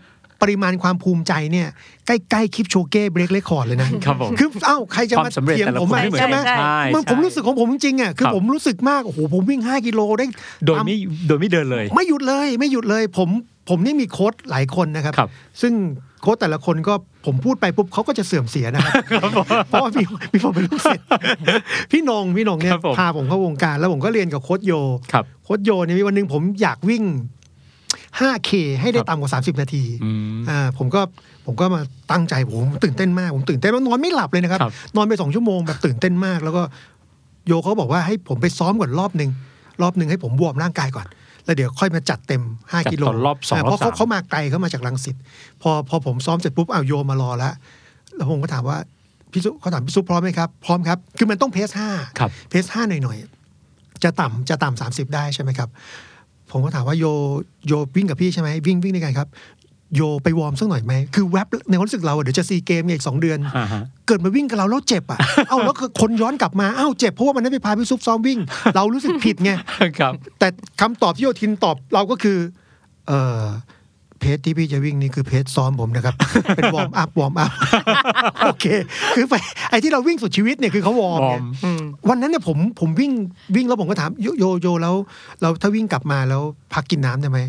ปริมาณความภูมิใจเนี่ยใกล้ๆคลิปโชเก้เบรกเลคคอร์ดเลยนะ
ครับผม
คือเอ้าใคร
ความ
จะาม
สำเร็จ
เถียง
แต่ละ
ผม
คน
อะ
ไม่เหมือน
ใช่ไหม
กัน
ใช่
มัน
ใช่
ผมรู้สึกของผมจริงๆอ่ะคื
ค
อ
รับ
ผมรู้สึกมากโอ้โหผมวิ่ง 5 กิโลได้
โดยไม่โดยไม่เดินเลย
ไม่หยุดเลยไม่หยุดเลย ผม ผมนี่มีโค้ดหลายคนนะครับ
ครับ
ซึ่งโค้ดแต่ละคนก็ผมพูดไปปุ๊บเขาก็จะเสื่อมเสียนะครับเพราะว่าพี่พี่ผมเป็นลูกศิ ษย์พี่นงพี่นง
ค
เนี่ย
รับผม
พาผมเข้าวงการแล้วผมก็เรียนกับโค้ดโย
ครับ
โค้ดโยเนี่ยมีวันหนึ่งผมอยากวิ่ง 5K ให้ได้ต่ำกว่า 30 นาที
อืม
อ่าผมก็ผมก็มาตั้งใจโอ้โหผมตื่นเต้นมาก ผมตื่นเต้นมากนอนไม่หลับเลยนะครับ
ครับ
นอนไปสองชั่วโมงแบบตื่นเต้นมาก แล้วก็โยเขาบอกว่าให้ผมไปซ้อมก่อนรอบหนึ่งรอบหนึ่งให้ผมวอร์มร่างกายก่อน แล้วเดี๋ยวค่อยมาจัดเต็ม
จัด
5กิโล
ตอนรอบสอง
าร เพ
อบ
ราะเขา
สาม
เขามาไกลเขามาจากรังสิตพอพอผมซ้อมเสร็จปุ๊บเอาวโยมารอแล้วแล้วผมก็ถามว่าพี่ซุเขาถามพี่ซุพร้อมไหมครับพร้อมครับคือมันต้องเพสห้า
ครับ
เพสห้าหน่อยๆจะต่ำจะต่ำสามสิบได้ใช่ไหมครับ ผมก็ถามว่าโยโยวิ่งกับพี่ใช่ไหมวิ่งวิ่งด้วยกันครับ โยไปวอร์มสักหน่อยไหมคือแวบในความรู้สึกเราอะเดี๋ยวจะซีเกมเนี่ยอีกสองเดือน
อ่าฮะ
เกิดมาวิ่งกับเราแล้วเจ็บอ่ะ เอ้าแล้วคือคนย้อนกลับมาเอ้าเจ็บเพราะว่ามันได้ไปพาพี่ซุปซ้อมวิ่ง เรารู้สึกผิดไง
ครับ
แต่คำตอบที่โยทินตอบเราก็คือ เออเพจที่พี่จะวิ่งนี่คือเพจซ้อมผมนะครับ เป็นวอร์มอัพวอร์มอัพ โอเค คือไปไอ้ที่เราวิ่งสุดชีวิตเนี่ยคือเขาวอร์ม
วอร์
ไง
ม
อืม
วันนั้นเนี่ยผมผมวิ่งวิ่งแล้วผมก็ถามโยโยโยแล้วเราถ้าวิ่งกลับมาแล้วพักกินน้ำได้ไหม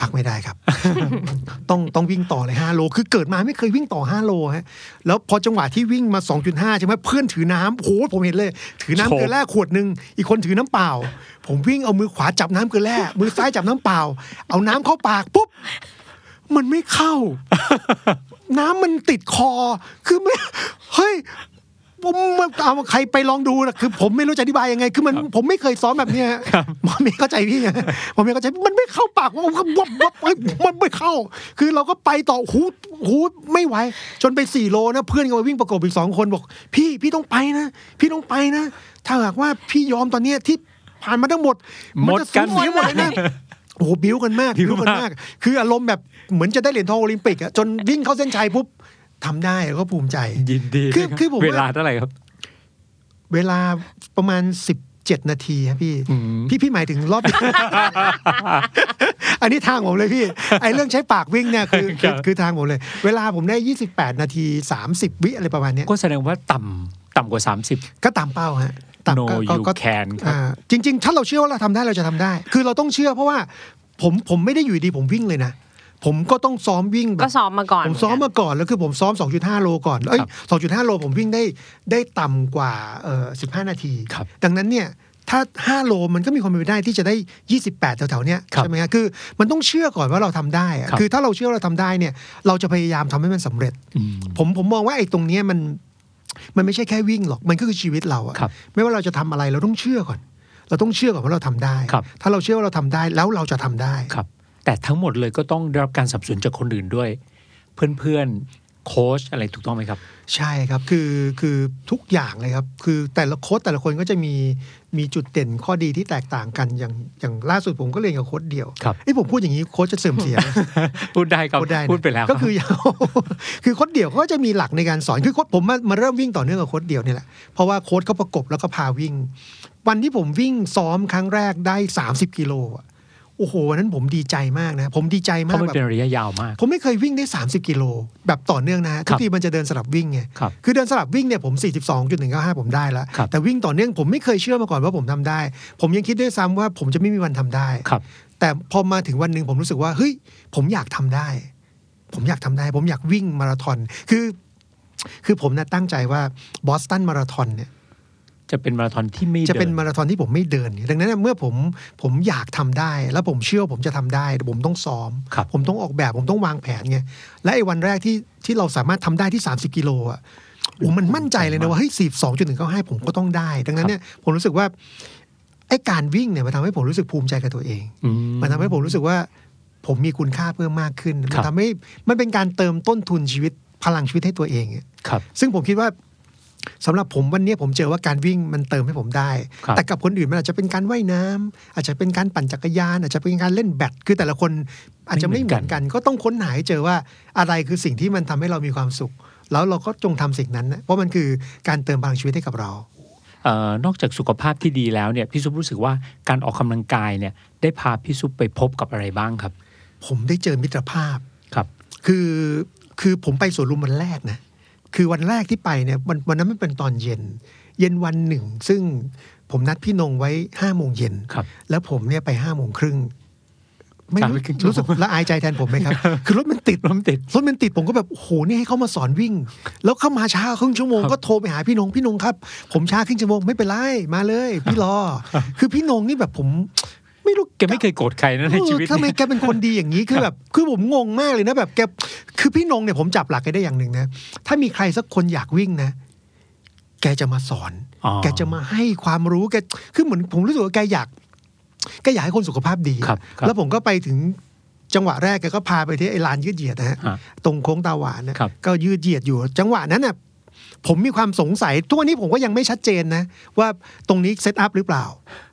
พักไม่ได้ครับ ต้องต้องวิ่งต่อเลยห้าโล คือเกิดมาไม่เคยวิ่งต่อห้าโลฮะแล้วพอจังหวะที่วิ่งมา 2.5 ใช่ไหมเพื่อนถือน้ำโอ้โหผมเห็นเลย ถือน้ำเกลือแร่ขวดหนึ่งอีกคนถือน้ำเปล่า ผมวิ่งเอามือขวาจับน้ำเกลือแร่มือซ้ายจับน้ำเปล่า เอาน้ำเข้าปากปุ๊บ มันไม่เข้า น้ำมันติดคอ คือไม่ เฮ้ย ผมเอาใครไปลองดูนะคือ ผมไม่รู้จะอธิบายยังไง คือมันผมไม่เคยซ้อมแบบเนี้ยหมอเมย์เข้าใจพี่ไงหมอเมย์เข้าใจมันไม่เข้าปากว่าวับวับวับเอ้ยมันไม่เข้า คือเราก็ไปต่อหูหูไม่ไหวจนไปสี่โลนะ เพื่อนก็มาวิ่งประกบอีกสองคนบอก พี่พี่ต้องไปนะ พี่ต้องไปนะ ถ้าหากว่าพี่ยอมตอนเนี้ยที่ผ่านมาทั้งหมด
หมด
จะ
กั
สู
น
ญเสียหมดเลยนะ โอ้โหบิ้วกันมากบิ้วกันมาก คืออารมณ์แบบเหมือนจะได้เหรียญทองโอลิมปิกอะจนวิ่งเข้าเส้นชัยปุ๊บทำได้แล้วก็ภูมิใจ
ยินดี
คือ
ด้วยรับ
คือผมว่า
เวลาเท่าไหร่ครับ
เวลาประมาณ 17 นาทีครับพี่พี่พี่หม ายถึงรอบ อันนี้ทางผมเลยพี่ไอเรื่องใช้ปากวิ่งเนี่ยคือ
ครั
คือบ คือทางผมเลย เวลาผมได้ 28 นาที 30 วิอะไรประมาณเนี้ย
ก็แสดงว่าต่ำต่ำกว่า 30
ก็ตามเป้าฮะตาม
no
ก็
you
ก็
can ครับ
อ่าจริง ๆ ถ้าเราเชื่อว่าเราทำได้เราจะทำได้ คือเราต้องเชื่อเพราะว่าผมผมไม่ได้อยู่ดีผมวิ่งเลยนะ ผมก็ต้องซ้อมวิ่งแบบ
ก็ซ้อมมาก่อน
ผมซ้อมมาก่อนแล้วคือผมซ้อม 2.5 โลก่อน เอ้ย
ครับ
2.5 โลผมวิ่งได้ได้ต่ำกว่าเอ่อ15 นาที
ครับ
ดังนั้นเนี่ยถ้า 5 โลมันก็มีความเป็นไปได้ที่จะได้ 28 แถวๆเนี้ย
ครับ
ใช่ไหมครับคือมันต้องเชื่อก่อนว่าเราทำได้อะ
ครับ
คือถ้าเราเชื่อว่าเราทำได้เนี่ยเราจะพยายามทำให้มันสำเร็จ
อืม
ผมผมมองว่าไอ้ตรงเนี้ยมันมันไม่ใช่แค่วิ่งหรอกมันก็คือชีวิตเราอะ
ครับ
ไม่ว่าเราจะทำอะไรเราต้องเชื่อก่อน เราต้องเชื่อก่อนว่าเราทำได้
ครับ
ถ้าเราเชื่อว่าเราทำได้แล้วเราจะทำได้
ครับ แต่ทั้งหมดเลยก็ต้องได้รับการสนับสนุนจากคนอื่นด้วย เพื่อนๆ โค้ชอะไรถูกต้องไหมครับ
ใช่ครับคือคือทุกอย่างเลยครับ คือแต่ละโค้ดแต่ละคนก็จะมีมีจุดเด่นข้อดีที่แตกต่างกันอย่างอย่างล่าสุดผมก็เรียนกับโค้ดเดียว
ครับ
ไอ้ยผมพูดอย่างนี้โค้ดจะเสื่อมเสีย
พูดได้ครับ
พูดได้นะ
พูดไปแล้ว
ก็คือ คือโค้ดเดี่ยวเขาก็จะมีหลักในการสอนคือโค้ดผมมามาเริ่มวิ่งต่อเนื่องกับโค้ดเดี่ยวนี่แหละเพราะว่าโค้ดเขาประกบแล้วก็พาวิ่ง วันที่ผมวิ่งซ้อมครั้งแรกได้ 30กิโลอะโอ้โหวันนั้นผมดีใจมากนะผมดีใจ
เพ
มา
ราะ
ก
มัน
แบบ
เป็นระยะยาวมาก
ผมไม่เคยวิ่งได้ 30 กิโล แบบต่อเนื่องนะฮะ
ครั
ทุ
บ
กทีมันจะเดินสลับวิ่งไง
ครับ
อเดินสลับวิ่งเนี่ยผม 42.195 ผมได้แล้ว
ครับ
แต่วิ่งต่อเนื่องผมไม่เคยเชื่อมาก่อนว่าผมทำได้ ผมยังคิดด้วยซ้ำว่าผมจะไม่มีวันทำได้
ครับ
แต่พอมาถึงวันหนึ่งผมรู้สึกว่าเฮ้ยผมอยากทำได้ ผมอยากทำได้ ผมอยากวิ่งมาราธอนคือ คือผมนะตั้งใจว่าบอสตันมาราธอนเนี่ย
จะเป็นมาราธอนที่ไม่
จะเป็น
ดิ
มาราธอนที่ผมไม่เดิน ดังนั้นเนยเมื่อผมผมอยากทำได้ แล้วผมเชื่อว่าผมจะทำได้แต่ผมต้องซ้อม
ครับ
ผมต้องออกแบบผมต้องวางแผนไงและไอ้วันแรกที่ที่เราสามารถทำได้ที่ 30 กิโลอ่ะโอ้มันมั่นใจเลยนะว่าเฮ้ยสิบสองจุดหนึ่งเขาให้ผมก็ต้องได้ ดังนั้นเนี่ยผมรู้สึกว่าไอ้การวิ่งเนี่ยมันทำให้ผมรู้สึกภูมิใจกับตัวเอง
อืม
มันทำให้ผมรู้สึกว่า ผมมีคุณค่าเพิ่มมากขึ้น
ค
มั
รับ
นทำให้มันเป็นการเติมต้นทุนชีวิตพลังชีวิตให้ตัวเองอะ
ครับ
ซึ่งผมคิดว่าสำหรับผมวันนี้ผมเจอว่าการวิ่งมันเติมให้ผมได้
ครับ
แต่กับคนอื่นมันอาจจะเป็นการว่ายน้ำอาจจะเป็นการปั่นจักรยาน อาจจะเป็นการเล่นแบดคือแต่ละคนอาจจะ
ไม่
ไม่
เห
เห
มื
มื
อ
อน
กั
นกัน น ก็ต้องค้นหาให้เจอว่าอะไรคือสิ่งที่มันทำให้เรามีความสุข แล้วเราก็จงทำสิ่งนั้นนะเพราะมันคือการเติมพลังชีวิตให้กับเรา
เอ่อนอกจากสุขภาพที่ดีแล้วเนี่ยพี่ซุปรู้สึกว่าการออกกำลังกายเนี่ยได้พาพี่ซุปไปพบกับอะไรบ้างครับ
ผมได้เจอมิตรภาพ
ครับ
คือคือผมไปสวนลุมวันแรกนะ คือวันแรกที่ไปเนี่ยวันวันนั้นมันเป็นตอนเย็น เย็นวันหนึ่ง ซึ่งผมนัดพี่นงไว้ห้าโมงเย็น
ครับ
แล้วผมเนี่ยไปห้าโมงครึ่ง ไม่
สามไปครึ่งชั่วโมง
รู้สึกละอายใจแทนผมไหม ครับ คือรถมันติด
รถมันติด
รถมันติดผมก็แบบโอ้โหนี่ให้เขามาสอนวิ่ง แล้วเข้ามาช้าครึ่งชั่วโมง
ครับ
ก็โทรไปหาพี่นงพี่นงครับ ผมช้าครึ่งชั่วโมงไม่เป็นไรมาเลย พี่รอ คือพี่นงนี่แบบผม ไม่รู้
แกไม่เคยโกรธใครนะในชีวิต
เออทำไม
เนี่ย
แกเป็นคนดีอย่างนี้คือแบบคือผมงงมากเลยนะแบบแกคือพี่นงเนี่ยผมจับหลักให้ได้อย่างหนึ่งนะถ้ามีใครสักคนอยากวิ่งนะ แกจะมาสอน
อ๋อ
แกจะมาให้ความรู้แกคือเหมือนผมรู้สึกว่าแกอยากแกอยากให้คนสุขภาพดีอะ
ครับครับ
แล้วผมก็ไปถึงจังหวะแรกแกก็พาไปที่ไอ้ลานยืดเหยียดนะฮะ
ฮะ
ตรงโค้งตาหวานนะครับ ก็ยืดเหยียดอยู่ จังหวะนั้นน่ะ ผมมีความสงสัยทุกวันนี้ผมก็ยังไม่ชัดเจนนะ ว่าตรงนี้เซตอัพหรือเปล่า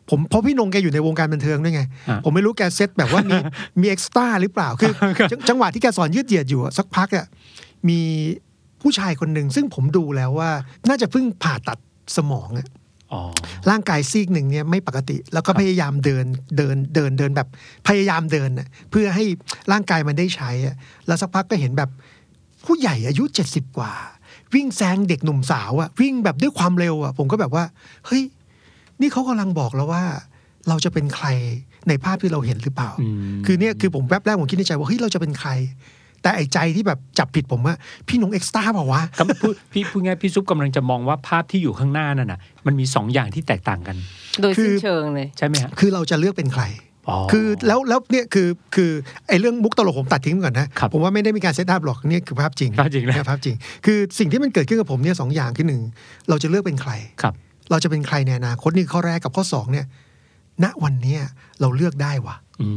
ผมเพราะพี่นงแกอยู่ในวงการบันเทิงด้วยไง
ฮะ
ผมไม่รู้แกเซตแบบว่ามี มีเอ็กซ์ตร้าหรือเปล่า คือจังจังหวะที่แกสอนยืดเหยียดอยู่อะสักพักอ่ะมีผู้ชายคนหนึ่งซึ่งผมดูแล้วว่า น่าจะเพิ่งผ่าตัดสมองอะ
อ๋อ
ร่างกายซีกหนึ่งเนี่ยไม่ปกติ แล้วก็พยายามเดินเดินเดินเดินแบบพยายามเดินอะเพื่อให้ร่างกายมันได้ใช้อะแล้วสักพักก็เห็นแบบ ผู้ใหญ่อายุ 70 กว่า วิ่งแซงเด็กหนุ่มสาวอะวิ่งแบบด้วยความเร็วอะผมก็แบบว่า เฮ้ย นี่เขากำลังบอกแล้วว่า เราจะเป็นใครในภาพที่เราเห็นหรือเปล่า
อืม
คือเนี่ยคือผมแวบแรกผมคิดในใจว่าเฮ้ยเราจะเป็นใคร แต่ไอ้ใจที่แบบจับผิดผมว่าพี่นงเอ็กซ์ตร้าเปล่าวะ
คำพูดพี่พูดง่ายพี่ซุปกำลังจะมองว่าภาพที่อยู่ข้างหน้านั่นน่ะ มันมีสองอย่างที่แตกต่างกัน
โดย
คือ
สิ้นเชิงเลย
ใช่ไหมฮะ
คือเราจะเลือกเป็นใคร
อ๋อ
คือแล้วแล้วเนี่ยคือคือไอ้เรื่องมุกตลกผมตัดทิ้งไปก่อนนะครับ ผมว่าไม่ได้มีการเซตอัพหรอกเนี่ยคือภาพจริง
ภาพจริงนะ
นะภาพจริง คือสิ่งที่มันเกิดขึ้นกับผมเนี่ยสองอย่างคือหนึ่งเราจะเลือกเป็นใคร
ครับ
เราจะเป็นใครในอนาคตนี่ข้อแรกกับข้อสองเนี่ย ณวันเนี้ยเราเลือกได้วะ
อื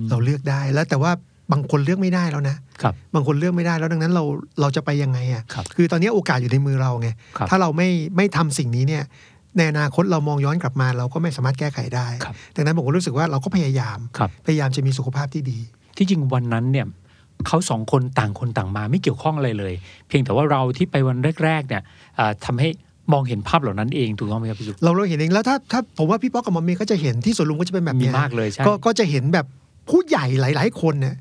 ม
เราเลือกได้แล้วแต่ว่าบางคนเลือกไม่ได้แล้วนะ
ครับ
บางคนเลือกไม่ได้แล้วดังนั้นเราเราจะไปยังไงอะ
ครับ
คือตอนนี้โอกาสอยู่ในมือเราไง
ครับ
ถ้าเราไม่ไม่ทำสิ่งนี้เนี่ย ในอนาคตเรามองย้อนกลับมา เราก็ไม่สามารถแก้ไขได้
ครับ
ดังนั้นผมก็รู้สึกว่าเราก็พยายาม
ครับ
พยายามจะมีสุขภาพที่ดี
ที่จริงวันนั้นเนี่ยเขาสองคนต่างคนต่างมาไม่เกี่ยวข้องอะไรเลย เพียงแต่ว่าเราที่ไปวันแรก ๆ เนี่ยเอ่อทำให้มองเห็นภาพเหล่านั้นเองถูกต้องไหมครับพี่ซุป
เราเราเห็นเองแล้วถ้าถ้าผมว่าพี่ป๊อกกับมอมเมก็จะเห็นที่สวนลุมก็จะเป็นแบบนี้
มีมากเลยใช่
ก็ก็จะเห็นแบบผู้ใหญ่หลาย ๆ คนเนี่ย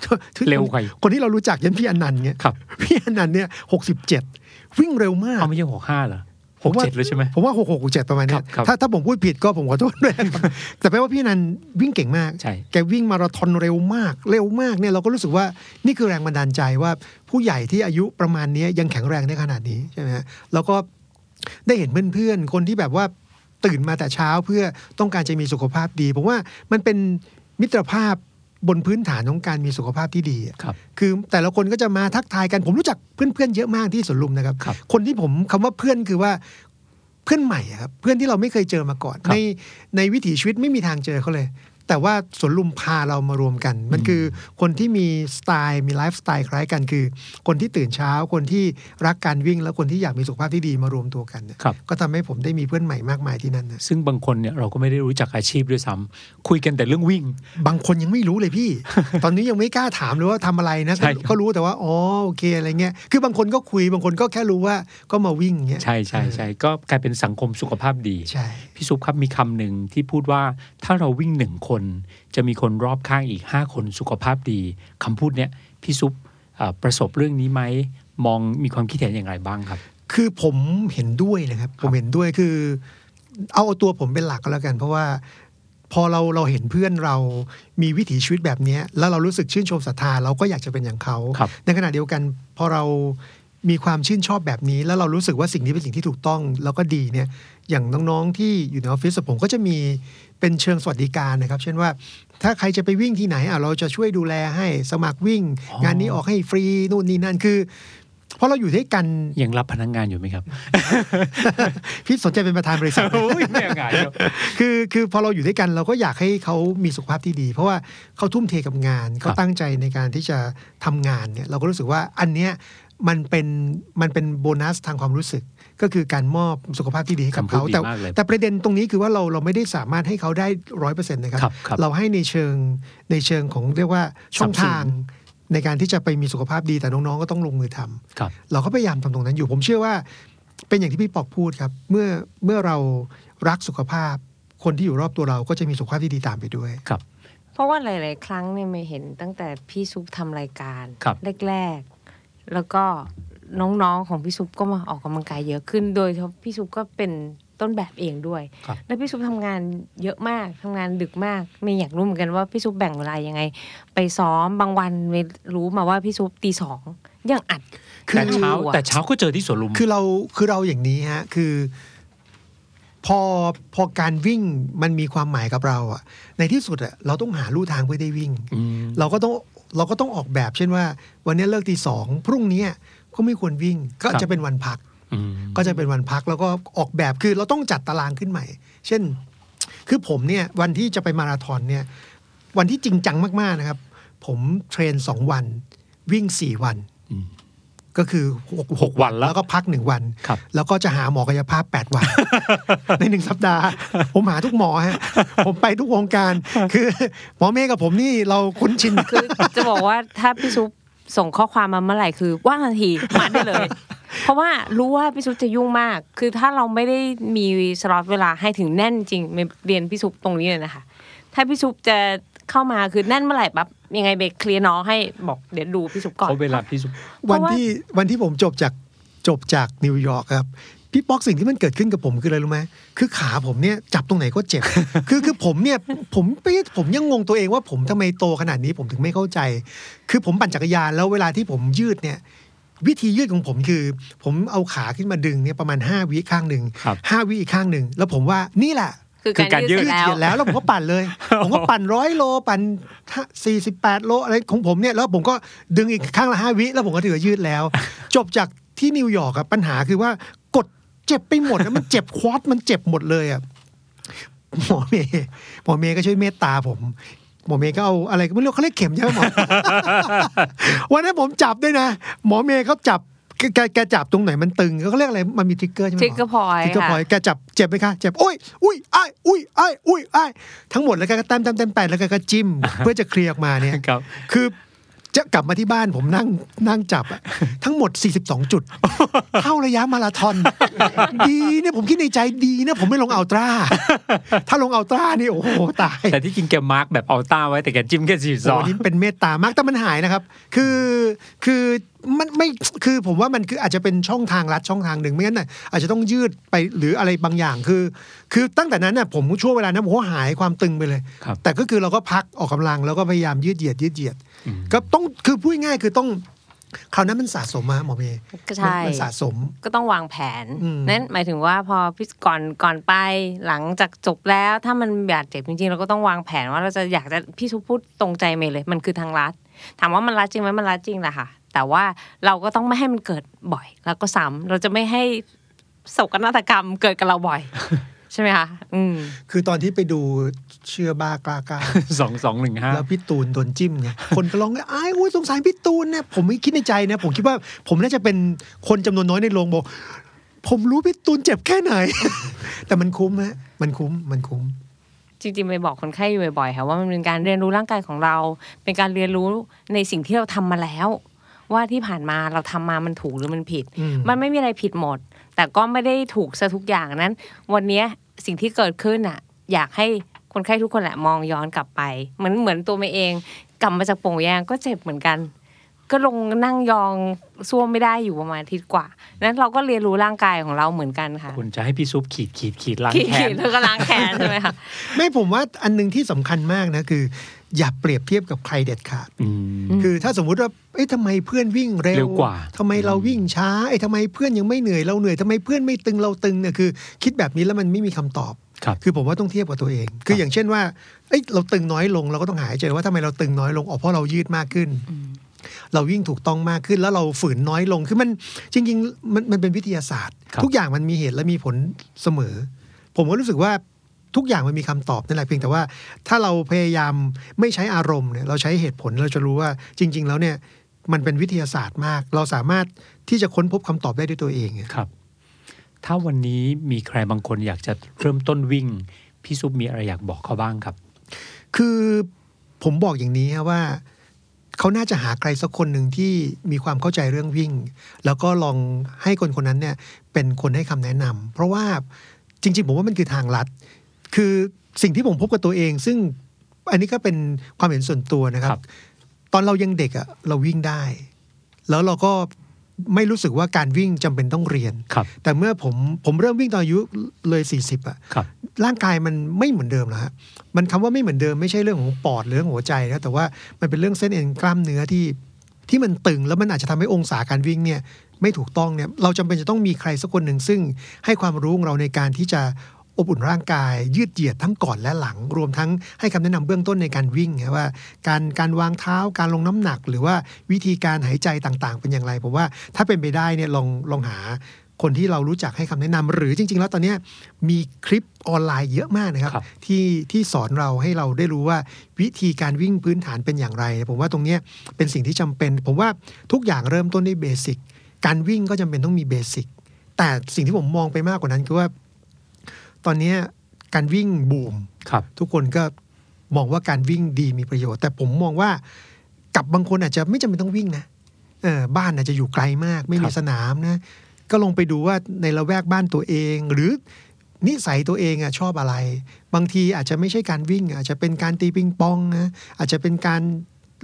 ก็
เร็วกว่าอีก
คนที่เรารู้จักอยันพี่อนันต์เนี่ย
ครับ
พี่อนันต์เนี่ยหกสิบเจ็ดวิ่งเร็วมาก
เอาไม่ใช่หกห้าเหรอ
ผ
ห
ม
ก
ว่า
เจ็ดเลยใช่ไหม
ผมว่าหกหกเจ็ดประมาณเนี้
ครั
ย
บครับ
ถ้าถ้าผมพูดผิดก็ผมขอโทษด้วยนะครับ แต่แปลว่าพี่นันวิ่งเก่งมาก
ใช่
แกวิ่งมาราธอนเร็วมาก เร็วมากเนี่ยเราก็รู้สึกว่านี่คือแรงบันดาลใจว่าผู้ใหญ่ที่อายุประมาณเนี้ยยังแข็งแรงได้ขนาดนี้ใช่ไหมฮะแล้วก็ได้เห็นเพื่อนๆ คนที่แบบว่าตื่นมาแต่เช้าเพื่อต้องการจะมีสุขภาพดีผมว่ามันเป็นมิตรภาพบนพื้นฐานของการมีสุขภาพที่ดีอะ
ครับ
คือแต่ละคนก็จะมาทักทายกันผมรู้จักเพื่อนๆเยอะมากที่สวนลุมนะครับ
ครับ
คนที่ผมคำว่าเพื่อนคือว่าเพื่อนใหม่อะครับเพื่อนที่เราไม่เคยเจอมาก่อน
ครับ
ในในวิถีชีวิตไม่มีทางเจอเขาเลย แต่ว่าสวนลุมพาเรามารวมกัน มันคือคนที่มีสไตล์มีไลฟ์สไตล์คล้ายกันคือ คนที่ตื่นเช้าคนที่รักการวิ่ง และคนที่อยากมีสุขภาพที่ดีมารวมตัวกันเนี่ย
ครับ
ก็ทำให้ผมได้มีเพื่อนใหม่มากมายที่นั่นนะ
ซึ่งบางคนเนี่ยเราก็ไม่ได้รู้จักอาชีพด้วยซ้ำคุยกันแต่เรื่องวิ่ง
บางคนยังไม่รู้เลย พี่ ตอนนี้ยังไม่กล้าถามเลยว่าทำอะไรนะ
ใช่ครับ
ก็รู้แต่ว่าอ๋อโอเคอะไรเงี้ยคือบางคนก็คุยบางคนก็แค่รู้ว่าก็มาวิ่งเงี้ย
ใช่ใช่ใช่ก็กลายเป็นสังคมสุขภาพดี
ใช่
พี่ซุปครับมีคำหนึ่งที่พูดว่าถ้าเราวิ่งหนึ่งคน จะมีคนรอบข้างอีก 5 คนสุขภาพดีคำพูดเนี้ยพี่ซุปเอ่อประสบเรื่องนี้ไหมมองมีความคิดเห็นอย่างไรบ้างครับ
คือผมเห็นด้วยนะครับ ผมเห็นด้วยคือ เอาเอาตัวผมเป็นหลักก็แล้วกัน เพราะว่าพอเราเราเห็นเพื่อนเรามีวิถีชีวิตแบบเนี้ยแล้วเรารู้สึกชื่นชมศรัทธาเราก็อยากจะเป็นอย่างเขา
ครับ
ในขณะเดียวกันพอเรามีความชื่นชอบแบบนี้ แล้วเรารู้สึกว่าสิ่งนี้เป็นสิ่งที่ถูกต้องแล้วก็ดีเนี่ยอย่างน้องๆที่อยู่ในออฟฟิศผมก็จะมีเป็นเชิงสวัสดิการนะครับ เช่นว่าถ้าใครจะไปวิ่งที่ไหนอ่ะเราจะช่วยดูแลให้สมัครวิ่ง งานนี้ออกให้ฟรีนู่นนี่นั่นคือเพราะเราอยู่ด้วยกัน
ยังรับพนักงานอยู่ไหมครับ
พี่สนใจเป็นประธานบริษัทไห ม
โอ้ยแม่งานครับ
คือคือพอเราอยู่ด้วยกันเราก็อยากให้เขามีสุขภาพที่ดี เพราะว่าเขาทุ่มเทกับงานเขาตั้งใจในการที่จะทำงานเนี่ยเราก็รู้สึกว่าอันเนี้ยมันเป็นมันเป็นโบนัสทางความรู้สึก ก็คือการมอบสุขภาพที่ดีให้กับ
คำ
เขา
พูดดี
แต่
มากเลย
แต่ประเด็นตรงนี้คือว่าเราเราไม่ได้สามารถให้เขาได้ร้อยเปอร์เซ็นต์นะครับ
ครับครับ
เราให้ในเชิงในเชิงของเรียกว่าช่อ
สนั
ง
บสนุน
ทางในการที่จะไปมีสุขภาพดีแต่น้องๆก็ต้องลงมือทำ
ครับ
เราก็พยายามทำตรงนั้นอยู่ผมเชื่อว่า เป็นอย่างที่พี่ปอกพูดครับ เมื่อเมื่อเรารักสุขภาพ คนที่อยู่รอบตัวเราก็จะมีสุขภาพที่ดีตามไปด้วย
ครับ
เพราะว่าหลาย ๆ ครั้งเนี่ยไม่เห็นตั้งแต่พี่ซุปทำรายการ
ครับ
แรก ๆ แล้วก็น้อง ๆ ของพี่ซุปก็มาออกกำลังกายเยอะขึ้น โดยเฉพาะพี่ซุปก็เป็น ต้นแบบเองด้วย
ครับ
แล้วพี่ซุปทำงานเยอะมากทำงานดึกมากไม่อยากรู้เหมือนกันว่าพี่ซุปแบ่งเวลายังไง ไปซ้อมบางวันไม่รู้มาว่าพี่ซุปตีสองยังอัด
แต่เช้า
คือ
แต่เช้าก็เจอที่สวนลุม
คือเราคือเราอย่างนี้ฮะคือ พอพอการวิ่งมันมีความหมายกับเราอะในที่สุดอะเราต้องหาลู่ทางเพื่อได้วิ่ง
อืม
เราก็ต้องเราก็ต้องออกแบบเช่นว่า วันนี้เลิกตีสองพรุ่งนี้ก็ไม่ควรวิ่งก็จะเป็นวันพัก
อืม
ก็จะเป็นวันพักแล้วก็ออกแบบคือเราต้องจัดตารางขึ้นใหม่ เช่น คือผมเนี่ย วันที่จะไปมาราธอนเนี่ย วันที่จริงจังมากๆนะครับ ผมเทรนสองวัน วิ่งสี่วัน
อืม
ก็คือหก
หกวันละ
แล้วก็พักหนึ่งวัน
ครับ
แล้วก็จะหาหมอกายภาพแปดวัน ในหนึ่งสัปดาห์ ผมหาทุกหมอฮะ ผมไปทุกวงการ คือหมอเมฆกับผมนี่เราคุ้นชิน
คือจะบอกว่าถ้าพี่ซุปส่งข้อความมาเมื่อไหร่คือว่างทันทีมาได้เลย เพราะว่ารู้ว่าพี่ซุปจะยุ่งมาก คือถ้าเราไม่ได้มีสล็อตเวลาให้ถึงแน่นจริงไม่เรียนพี่ซุปตรงนี้เลยนะคะ ถ้าพี่ซุปจะเข้ามาคือแน่นเมื่อไหร่ปั๊บยังไงเบรกเคลียร์น้องให้บอกเดี๋ยวดูพี่ซุปก่อน
เขาเวลาที่สุด
เพ
วัน
ราะว่า
ที่วันที่ผมจบจากจบจากนิวยอร์กครับ พี่ป๊อกสิ่งที่มันเกิดขึ้นกับผมคืออะไรรู้ไหมคือขาผมเนี่ยจับตรงไหนก็เจ็บ คือคือผมเนี่ยผมไปผมยังงงตัวเองว่าผมทำไมโตขนาดนี้ผมถึงไม่เข้าใจ คือผมปั่นจักรยานแล้วเวลาที่ผมยืดเนี่ย วิธียืดของผมคือ ผมเอาขาขึ้นมาดึงเนี่ยประมาณ 5วิข้างหนึ่ง
ครับ
ห้าวิอีกข้างหนึ่งแล้วผมว่านี่แหละ
คือ
คือ
การ
การ
ยืด
ยืด
เสร็จแล้ว
เสร็จแล้วแล้วผมก็ปั่นเลย ผมก็ปั่นร้อยโลปั่นสี่สิบแปดโลอะไรของผมเนี่ยแล้วผมก็ดึงอีกข้างละห้าวิแล้วผมก็ถือว่ายืดแล้ว จบจากที่นิวยอร์กอะปัญหาคือว่ากดเจ็บไปหมดแล้วมันเจ็บควอดมันเจ็บหมดเลยอะหมอเมย์หมอเมย์ก็ช่วยเมตตาผม หมอเมย์ก็เอาอะไรก็ไม่รู้เขาเรียกเข็มใช่ไหม หมอ วันนั้นผมจับด้วยนะ หมอเมย์เขาจับแกแกแกจับตรงไหนมันตึงเขาเรียกอะไรมันมีทริกเกอร์ใช่ไหมหม
trigger point
ทริกเกอร์
ค่ะ
พอย แกจับเจ็บไหมคะเจ็บโอ้ยอุ้ยอ้ายอุ้ยอ้ายอุ้ยอ้ายทั้งหมดแล้วแกก็แต้มแต้มแต้มแปดแล้วแกก็จิ้ม เพื่อจะเคลียร์ออกมา เนี่ย
ครับ
คือจะกลับมาที่บ้านผมนั่งนั่งจับอะทั้งหมด 42 จุด เท่าระยะมาราธอน ดีเนี่ยผมคิดในใจดีนะผมไม่ลงอัลตร้าถ้าลงอัลตร้านี่โอ้โหตาย
แต่ที่จริงแกมาร์กแบบเอาต้าไว้แต่แกจิ้มแค่สี่สอง
โอ้นี่เป็นเมตตามากแต่มันหายนะครับ คือคือมันไม่คือผมว่ามันคืออาจจะเป็นช่องทางลัดช่องทางหนึ่งไม่งั้นน่ะอาจจะต้องยืดไปหรืออะไรบางอย่างคือ คือตั้งแต่นั้นน่ะผมช่วงเวลานั้นผมก็หายความตึงไปเลย
ครับ
แต่ก็คือเราก็พักออกกำลังแล้วก็พยายามยืดเหยียดยืดเหยียด ก็ต้องคือพูดง่ายๆคือต้องคราวนั้นมันสะสมมาหมอเมย์
ก็ใช่
มันมันสะสม
ก็ต้องวางแผน
อืม
นั้นหมายถึงว่าพอพี่ก่อนก่อนไปหลังจากจบแล้ว ถ้ามันบาดเจ็บจริงๆ เราก็ต้องวางแผนว่าเราจะอยากจะพี่ชุบพูดตรงใจเมย์เลย มันคือทางรัดถามว่ามันรัดจริงไหมมันรัดจริงแหละค่ะ แต่ว่าเราก็ต้องไม่ให้มันเกิดบ่อย แล้วก็ซ้ำเราจะไม่ให้โศกนาฏกรรมเกิดกับเรา บ่อย ใช่ไหมคะอืม
คือตอนที่ไปดูเชื่อบ้ากล้ากล้า
สองสองหนึ่งห้า
แล้วพี่ตูนโดนจิ้มไง คนก็ร้องไอ้ายโอ้ยสงสารพี่ตูนเนี่ยผมไม่คิดในใจนะ ผมคิดว่าผมน่าจะเป็นคนจำนวนน้อยในโรงบอก ผมรู้พี่ตูนเจ็บแค่ไหน แต่มันคุ้มฮะมันคุ้มมันคุ้ม
จริงๆไปบอกคนไข้อยู่บ่อยๆค่ะว่ามันเป็นการเรียนรู้ร่างกายของเรา เป็นการเรียนรู้ในสิ่งที่เราทำมาแล้ว ว่าที่ผ่านมาเราทำมามันถูกหรือมันผิด
อืม
มันไม่มีอะไรผิดหมด แต่ก็ไม่ได้ถูกซะทุกอย่างนั้น วันเนี้ยสิ่งที่เกิดขึ้นอ่ะ อยากให้คนไข้ทุกคนแหละมองย้อนกลับไปเหมือนเหมือนตัวเมย์เอง กลับมาจากโป่งแยางก็เจ็บเหมือนกัน ก็ลงนั่งยองซ่วมไม่ได้อยู่ประมาณอาทิตย์กว่านั้นเราก็เรียนรู้ร่างกายของเราเหมือนกันค่ะ
คุณจะให้พี่ซุปขีดขีดขีดล้างแขน
แล้วก็ล้างแขนใช่ไหมคะ
ไม่ผมว่าอันหนึงที่สำคัญมากนะคือ อย่าเปรียบเทียบกับใครเด็ดขาด
อืม
คือถ้าสมมุติว่า เอ้ยทำไมเพื่อนวิ่งเร็
เร็วกว่า
ทำไมเราวิ่งช้า เอ้ยทำไมเพื่อนยังไม่เหนื่อยเราเหนื่อยทำไมเพื่อนไม่ตึงเราตึงเนี่ยคือ คิดแบบนี้แล้วมันไม่มีคำตอบ
ครับ
คือผมว่าต้องเทียบกับตัวเอง คืออย่างเช่นว่า เอ้ยเราตึงน้อยลงเราก็ต้องหายใจว่าทำไมเราตึงน้อยลง ออกเพราะเรายืดมากขึ้น เราวิ่งถูกต้องมากขึ้นแล้วเราฝืนน้อยลง คือมันจริงๆมันมันเป็นวิทยาศาสตร์
ครับ
ทุกอย่างมันมีเหตุและมีผลเสมอ ผมก็รู้สึกว่าทุกอย่างมันมีคำตอบนั่นแหละเพียงแต่ว่า ถ้าเราพยายามไม่ใช้อารมณ์เนี่ยเราใช้เหตุผลเราจะรู้ว่าจริง ๆ แล้วเนี่ยมันเป็นวิทยาศาสตร์มาก เราสามารถที่จะค้นพบคำตอบได้ด้วยตัวเองอะ
ครับ ถ้าวันนี้มีใครบางคนอยากจะเริ่มต้นวิ่ง พี่ซุปมีอะไรอยากบอกเขาบ้างครับ
คือผมบอกอย่างนี้ฮะว่า เขาน่าจะหาใครสักคนหนึ่งที่มีความเข้าใจเรื่องวิ่ง แล้วก็ลองให้คนคนนั้นเนี่ยเป็นคนให้คำแนะนำเพราะว่าจริง ๆ ผมว่ามันคือทางลัด คือสิ่งที่ผมพบกับตัวเอง ซึ่งอันนี้ก็เป็นความเห็นส่วนตัวนะครับ
ครับ
ตอนเรายังเด็กอะเราวิ่งได้ แล้วเราก็ ไม่รู้สึกว่าการวิ่งจำเป็นต้องเรียน
ครับ
แต่เมื่อผมผมเริ่มวิ่งตอนอายุเลย 40อะ
ครับ
ร่างกายมันไม่เหมือนเดิมแล้วฮะมันคำว่าไม่เหมือนเดิมไม่ใช่เรื่องของปอดหรือเรื่องหัวใจนะแต่ว่ามันเป็นเรื่องเส้นเอ็นกล้ามเนื้อที่ที่มันตึงแล้วมันอาจจะทำให้องศาการวิ่งเนี่ยไม่ถูกต้องเนี่ยเราจำเป็นจะต้องมีใครสักคนหนึ่งซึ่งให้ความรู้ของเราในการที่จะอบอุ่นร่างกาย ยืดเหยียดทั้งก่อนและหลัง รวมทั้งให้คำแนะนำเบื้องต้นในการวิ่งนะว่า การการวางเท้าการลงน้ำหนัก หรือว่าวิธีการหายใจต่างๆ เป็นอย่างไรผมว่าถ้าเป็นไปได้เนี่ยลองลองหา คนที่เรารู้จักให้คำแนะนำหรือจริง ๆ แล้วตอนเนี้ยมีคลิปออนไลน์เยอะมากนะครับ
ครับ
ที่ที่สอนเราให้เราได้รู้ว่าวิธีการวิ่งพื้นฐานเป็นอย่างไร ผมว่าตรงเนี้ยเป็นสิ่งที่จำเป็น ผมว่าทุกอย่างเริ่มต้นด้วยเบสิกการวิ่งก็จำเป็นต้องมีเบสิกแต่สิ่งที่ผมมองไปมากกว่านั้นคือว่า ตอนเนี้ยการวิ่งบูม
ครับ
ทุกคนก็มองว่าการวิ่งดีมีประโยชน์ แต่ผมมองว่ากับบางคนอาจจะไม่จำเป็นต้องวิ่งนะเออบ้านอาจจะอยู่ไกลมาก ไม่
ค
มี
รับ
สนามนะ ก็ลงไปดูว่าในละแวกบ้านตัวเอง หรือนิสัยตัวเองอะชอบอะไร บางทีอาจจะไม่ใช่การวิ่ง อาจจะเป็นการตีปิงปองนะอาจจะเป็นการ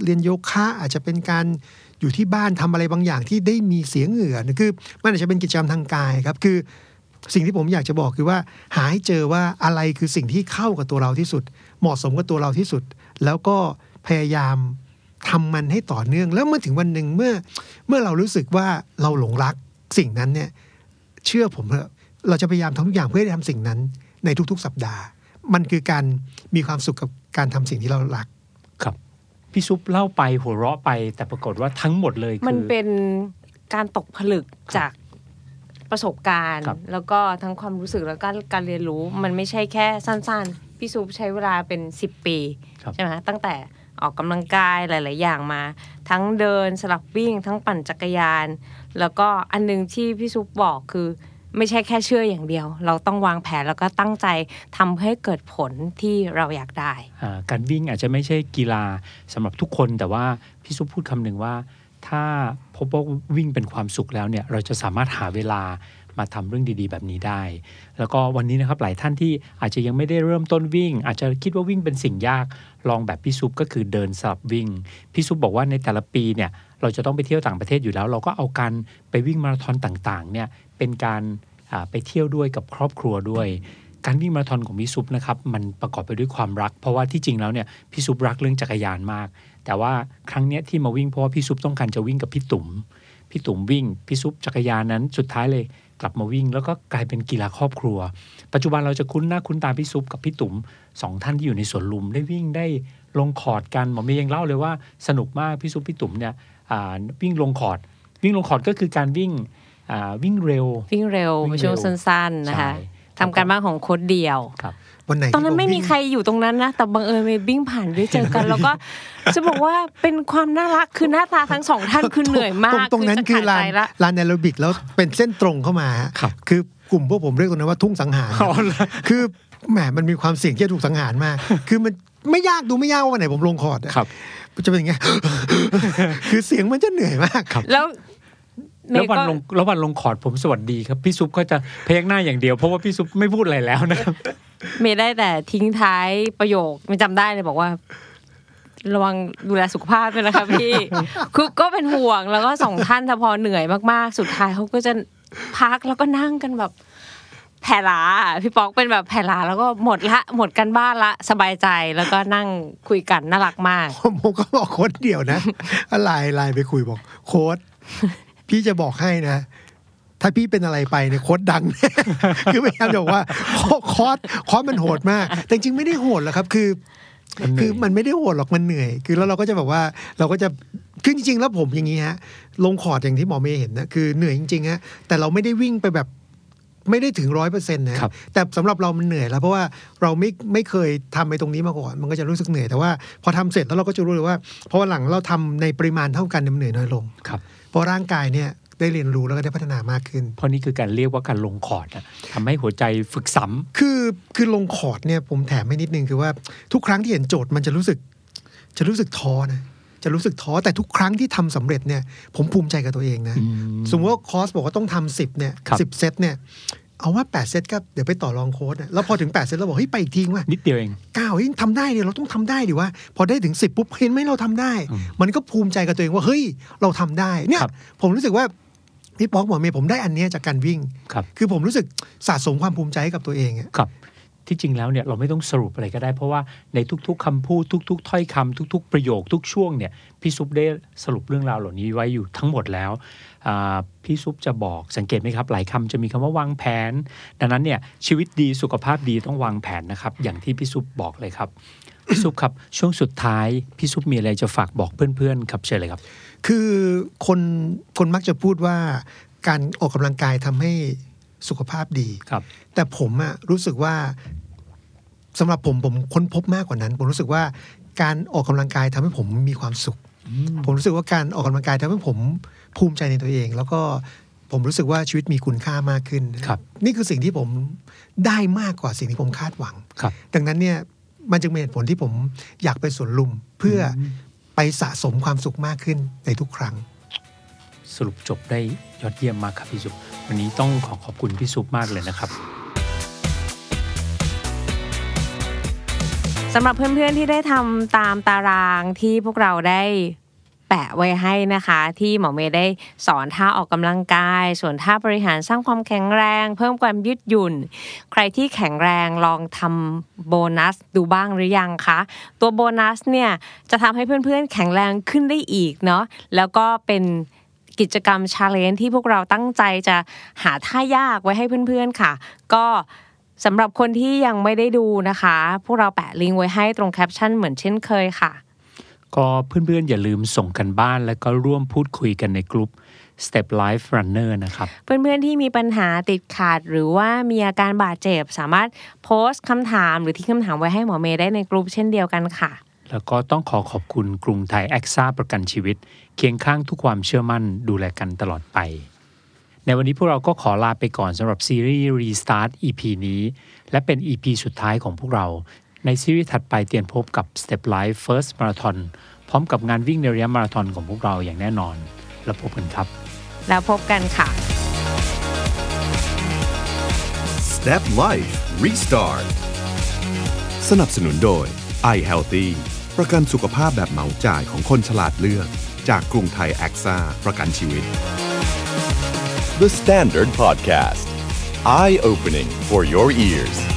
เรียนโยคะอาจจะเป็นการอยู่ที่บ้านทำอะไรบางอย่างที่ได้มีเสียงเหงื่อนะคือมันอาจจะเป็นกิจกรรมทางกายครับคือ สิ่งที่ผมอยากจะบอกคือว่า หาให้เจอว่าอะไรคือสิ่งที่เข้ากับตัวเราที่สุด เหมาะสมกับตัวเราที่สุด แล้วก็พยายามทำมันให้ต่อเนื่อง แล้วเมื่อถึงวันหนึ่งเมื่อ เมื่อเรารู้สึกว่าเราหลงรักสิ่งนั้นเนี่ย เชื่อผมเถอะเราจะพยายามทำทุกอย่างเพื่อให้ทำสิ่งนั้น ในทุกๆ สัปดาห์ มันคือการมีความสุขกับการทำสิ่งที่เรารัก
ครับพี่ซุปเล่าไปหัวเราะไป แต่ปรากฏว่าทั้งหมดเลยคือ
มันเป็นการตกผลึกจากประสบการณ์
ครับ
แล้วก็ทั้งความรู้สึกแล้วก็การเรียนรู้มันไม่ใช่แค่สั้นๆ พี่ซูปใช้เวลาเป็นสิบปี
ครับ
ใช่ไหมตั้งแต่ออกกำลังกายหลาย ๆ อย่างมา ทั้งเดินสลับวิ่ง ทั้งปั่นจักรยาน แล้วก็อันหนึงที่พี่ซุปบอกคือ ไม่ใช่แค่เชื่ออย่างเดียว เราต้องวางแผนแล้วก็ตั้งใจทำให้เกิดผลที่เราอยากได้
อ่าการวิ่งอาจจะไม่ใช่กีฬาสำหรับทุกคน แต่ว่าพี่ซุปพูดคำหนึ่งว่า ถ้าพบว่าวิ่งเป็นความสุขแล้วเนี่ยเราจะสามารถหาเวลามาทำเรื่องดีๆ แบบนี้ได้ แล้วก็วันนี้นะครับหลายท่านที่อาจจะยังไม่ได้เริ่มต้นวิ่ง อาจจะคิดว่าวิ่งเป็นสิ่งยากลองแบบพี่ซุปก็คือเดินสลับวิ่งพี่ซุปบอกว่าในแต่ละปีเนี่ยเราจะต้องไปเที่ยวต่างประเทศอยู่แล้ว เราก็เอาการไปวิ่งมาราธอนต่างๆเนี่ยเป็นการอ่าไปเที่ยวด้วยกับครอบครัวด้วย การวิ่งมาราธอนของพี่ซุปนะครับมันประกอบไปด้วยความรัก เพราะว่าที่จริงแล้วเนี่ยพี่ซุปรักเรื่องจักรยานมาก แต่ว่าครั้งเนี้ยที่มาวิ่งเพราะว่าพี่ซุปต้องการจะวิ่งกับพี่ตุ๋มพี่ตุ๋มวิ่งพี่ซุปจักรยานนั้นสุดท้ายเลยกลับมาวิ่ง แล้วก็กลายเป็นกีฬาครอบครัว ปัจจุบันเราจะคุ้นหน้าคุ้นตาพี่ซุปกับพี่ตุ๋มสองท่านที่อยู่ในสวนลุมได้วิ่งได้ลงคอร์ดกันหมอเมย์ยังเล่าเลยว่าสนุกมากพี่ซุปพี่ตุ๋มเนี่ยอ่าวิ่งลงคอร์ด วิ่งลงคอร์ดก็คือการวิ่งอ่าวิ่งเร็ว
วิ่งเร็ว
วิ่งเร็ว
ช่วงสั้น ๆ นะคะ
ใช่
ทำการบ้านของโค้ดเดียว
ครับ
วันไหน
ตอนนั้นไม่มีใครอยู่ตรงนั้นนะ แต่บังเอิญไปวิ่งผ่านด้วยเจอ กัน แล้วก็จะบอกว่าเป็นความน่ารักคือหน้าตาทั้งสองท่านคือเหนื่อยมาก
ตรงตรงนั้นคือ
จะ
ลา
ขด
น
ใจละ
ลานแอโรบิกแล้วเป็นเส้นตรงเข้ามาฮะ
ครับ
คือกลุ่มพวกผมเรียกตรงนั้นว่าทุ่งสังหาร
อ๋อเหรอ
คือแหมมันมีความเสี่ยงที่จะถูกสังหารมาก คือมันไม่ยากดูไม่ยากว่าวันไหนผมลงคอร์ดอะ
ครับ
จะเป็นอย่างเงี้ย คือเสียงมันจะเหนื่อยมาก
แล้วเม
แล้ว
ย์
วัน
ก็
ลงแล้ววันลงคอร์ดผมสวัสดีครับ พี่ซุปก็จะพยักหน้าอย่างเดียว เพราะว่าพี่ซุปไม่พูดอะไรแล้วนะครับ
เมย์ได้แต่ทิ้งท้ายประโยคไม่จำได้เลยบอกว่า ระวังดูแลสุขภาพด้วยนะคะพี่ คือก็เป็นห่วงแล้วก็สองท่านถ้าพอเหนื่อยมากๆ สุดท้ายเขาก็จะพักแล้วก็นั่งกันแบบ แผ่ลาอะพี่ป๊อกเป็นแบบแผ่ลาแล้วก็หมดละหมดกันบ้านละสบายใจแล้วก็นั่งคุยกันน่ารักมาก
ผมผมก็บอกโค้ดเดียวนะ ไลน์ไลน์ไปคุยบอก โค้ดพี่จะบอกให้นะ ถ้าพี่เป็นอะไรไปเนี่ยโค้ดดัง แน่ คือพยายามจะบอกว่า โค้ดโคอสคอสมันโหดมาก แต่จริงๆไม่ได้โหดหรอกครับ คือ
มันเหนื่อย
คือมันไม่ได้โหดหรอกมันเหนื่อย คือแล้วเราก็จะแบบว่า เราก็จะคือจริงๆแล้วผมอย่างนี้ฮะ ลงคอร์ดอย่างที่หมอเมย์เห็นนะคือเหนื่อยจริงๆฮะแต่เราไม่ได้วิ่งไปแบบ ไม่ได้ถึงร้อยเปอร์เซ็นต์นะครับ แต่สำหรับเรามันเหนื่อยแล้ว เพราะว่าเราไม่ไม่เคยทำไปตรงนี้มาก่อน มันก็จะรู้สึกเหนื่อยแต่ว่าพอทำเสร็จแล้วเราก็จะรู้เลยว่าพอวันหลังเราทำในปริมาณเท่ากันเนี่ยมันเหนื่อยน้อยลง
ครับ
เพราะร่างกายเนี่ยได้เรียนรู้แล้วก็ได้พัฒนามากขึ้น
เพราะนี่คือการเรียกว่าการลงคอร์ดนะทำให้หัวใจฝึกซ้ำ
คือคือลงคอร์ดเนี่ยผมแถมให้นิดนึงคือว่าทุกครั้งที่เห็นโจทย์มันจะรู้สึก จะรู้สึกท้อนะจะรู้สึกท้อแต่ทุกครั้งที่ทำสำเร็จเนี่ย ผมภูมิใจกับตัวเองนะ สมมติว่าคอร์สบอกว่าต้องทำสิบเนี่ย
ครับ
สิบเซตเนี่ย เอาว่า8เซตก็เดี๋ยวไปต่อรองโค้ดนะแล้วพอถึง8เซตเราบอกเฮ้ยไปอีกทีว่ะ
นิดเดียวเอง
ก้าวเฮ้ยทำได้เนี่ยเราต้องทำได้ดิวะพอได้ถึง 10 ปุ๊บเห็นไหมเราทำได้ มันก็ภูมิใจกับตัวเองว่า เฮ้ย เราทำได้เนี่ย
ครับ
ผมรู้สึกว่า พี่ป๊อกบอกเมย์ผมได้อันเนี้ยจากการวิ่ง
ครับ
คือผมรู้สึกสะสมความภูมิใจให้กับตัวเองอะ
ครับที่จริงแล้วเนี่ยเราไม่ต้องสรุปอะไรก็ได้ เพราะว่าในทุก ๆคำพูดทุก ๆ ถ้อยคำทุก ๆ ประโยคทุกช่วงเนี่ยพี่ซุปได้สรุปเรื่องราวเหล่านี้ไว้อยู่ทั้งหมดแล้วอ่าพี่ซุปจะบอกสังเกตไหมครับ หลายคำจะมีคำว่าวางแผน ดังนั้นเนี่ยชีวิตดีสุขภาพดีต้องวางแผนนะครับ อย่างที่พี่ซุปบอกเลยครับ พี่ซุปครับช่วงสุดท้ายพี่ซุปมีอะไรจะฝากบอกเพื่อนๆครับเชิญเลยครับ
คือคนคนมักจะพูดว่าการออกกำลังกายทำให้สุขภาพดี
ครับ
แต่ผมอะรู้สึกว่าสำหรับผมผมค้นพบมากกว่านั้น ผมรู้สึกว่าการออกกำลังกายทำให้ผมมีความสุข ผมรู้สึกว่าการออกกำลังกายทำให้ผมภูมิใจในตัวเอง แล้วก็ผมรู้สึกว่าชีวิตมีคุณค่ามากขึ้น
ครับ
นี่คือสิ่งที่ผมได้มากกว่าสิ่งที่ผมคาดหวัง
ครับ
ดังนั้นเนี่ยมันจึงเป็นเหตุผลที่ผมอยากไปสวนลุมเพื่ออไปสะสมความสุขมากขึ้นในทุกครั้ง
สรุปจบได้ยอดเยี่ยมมากครับพี่ซุปวันนี้ต้องขอขอบคุณพี่ซุปมากเลยนะครับ
สำหรับเพื่อนๆที่ได้ทำตามตารางที่พวกเราได้แปะไว้ให้นะคะ ที่หมอเมย์ได้สอนท่าออกกำลังกาย ส่วนท่าบริหารสร้างความแข็งแรง เพิ่มความยืดหยุ่น ใครที่แข็งแรงลองทำโบนัสดูบ้างหรือยังคะตัวโบนัสเนี่ยจะทำให้เพื่อนๆแข็งแรงขึ้นได้อีกเนาะแล้วก็เป็น กิจกรรมชาเลนจ์ที่พวกเราตั้งใจจะหาท่ายากไว้ให้เพื่อนๆค่ะ ก็สำหรับคนที่ยังไม่ได้ดูนะคะ พวกเราแปะลิงก์ไว้ให้ตรงแคปชั่นเหมือนเช่นเคยค่ะ
ก็เพื่อนๆ อย่าลืมส่งกันบ้าน แล้วก็ร่วมพูดคุยกันในกลุ่ม Step Life Runner นะครับ
เพื่อนๆที่มีปัญหาติดขาดหรือว่ามีอาการบาดเจ็บ สามารถโพสต์คำถามหรือที่คำถามไว้ให้หมอเมย์ได้ในกลุ่มเช่นเดียวกันค่ะ
แล้วก็ต้องขอขอบคุณกรุงไทยแอคซ่าประกันชีวิต เคียงข้างทุกความเชื่อมั่นดูแลกันตลอดไป ในวันนี้พวกเราก็ขอลาไปก่อนสำหรับซีรีส์ Restart EP นี้ และเป็น EP สุดท้ายของพวกเรา ในซีรีส์ถัดไปเตรียมพบกับ Step Life First Marathon พร้อมกับงานวิ่งในระยะมาราธอนของพวกเราอย่างแน่นอน แล้วพบกันครับ
แล้วพบกันค่ะ
Step Life Restart
สนับสนุนโดย
i Healthy ประกันสุขภาพแบบเหมาจ่ายของคนฉลาดเลือก จากกรุงไทยแอคซ่าประกันชีวิต
The Standard Podcast. Eye opening for your ears.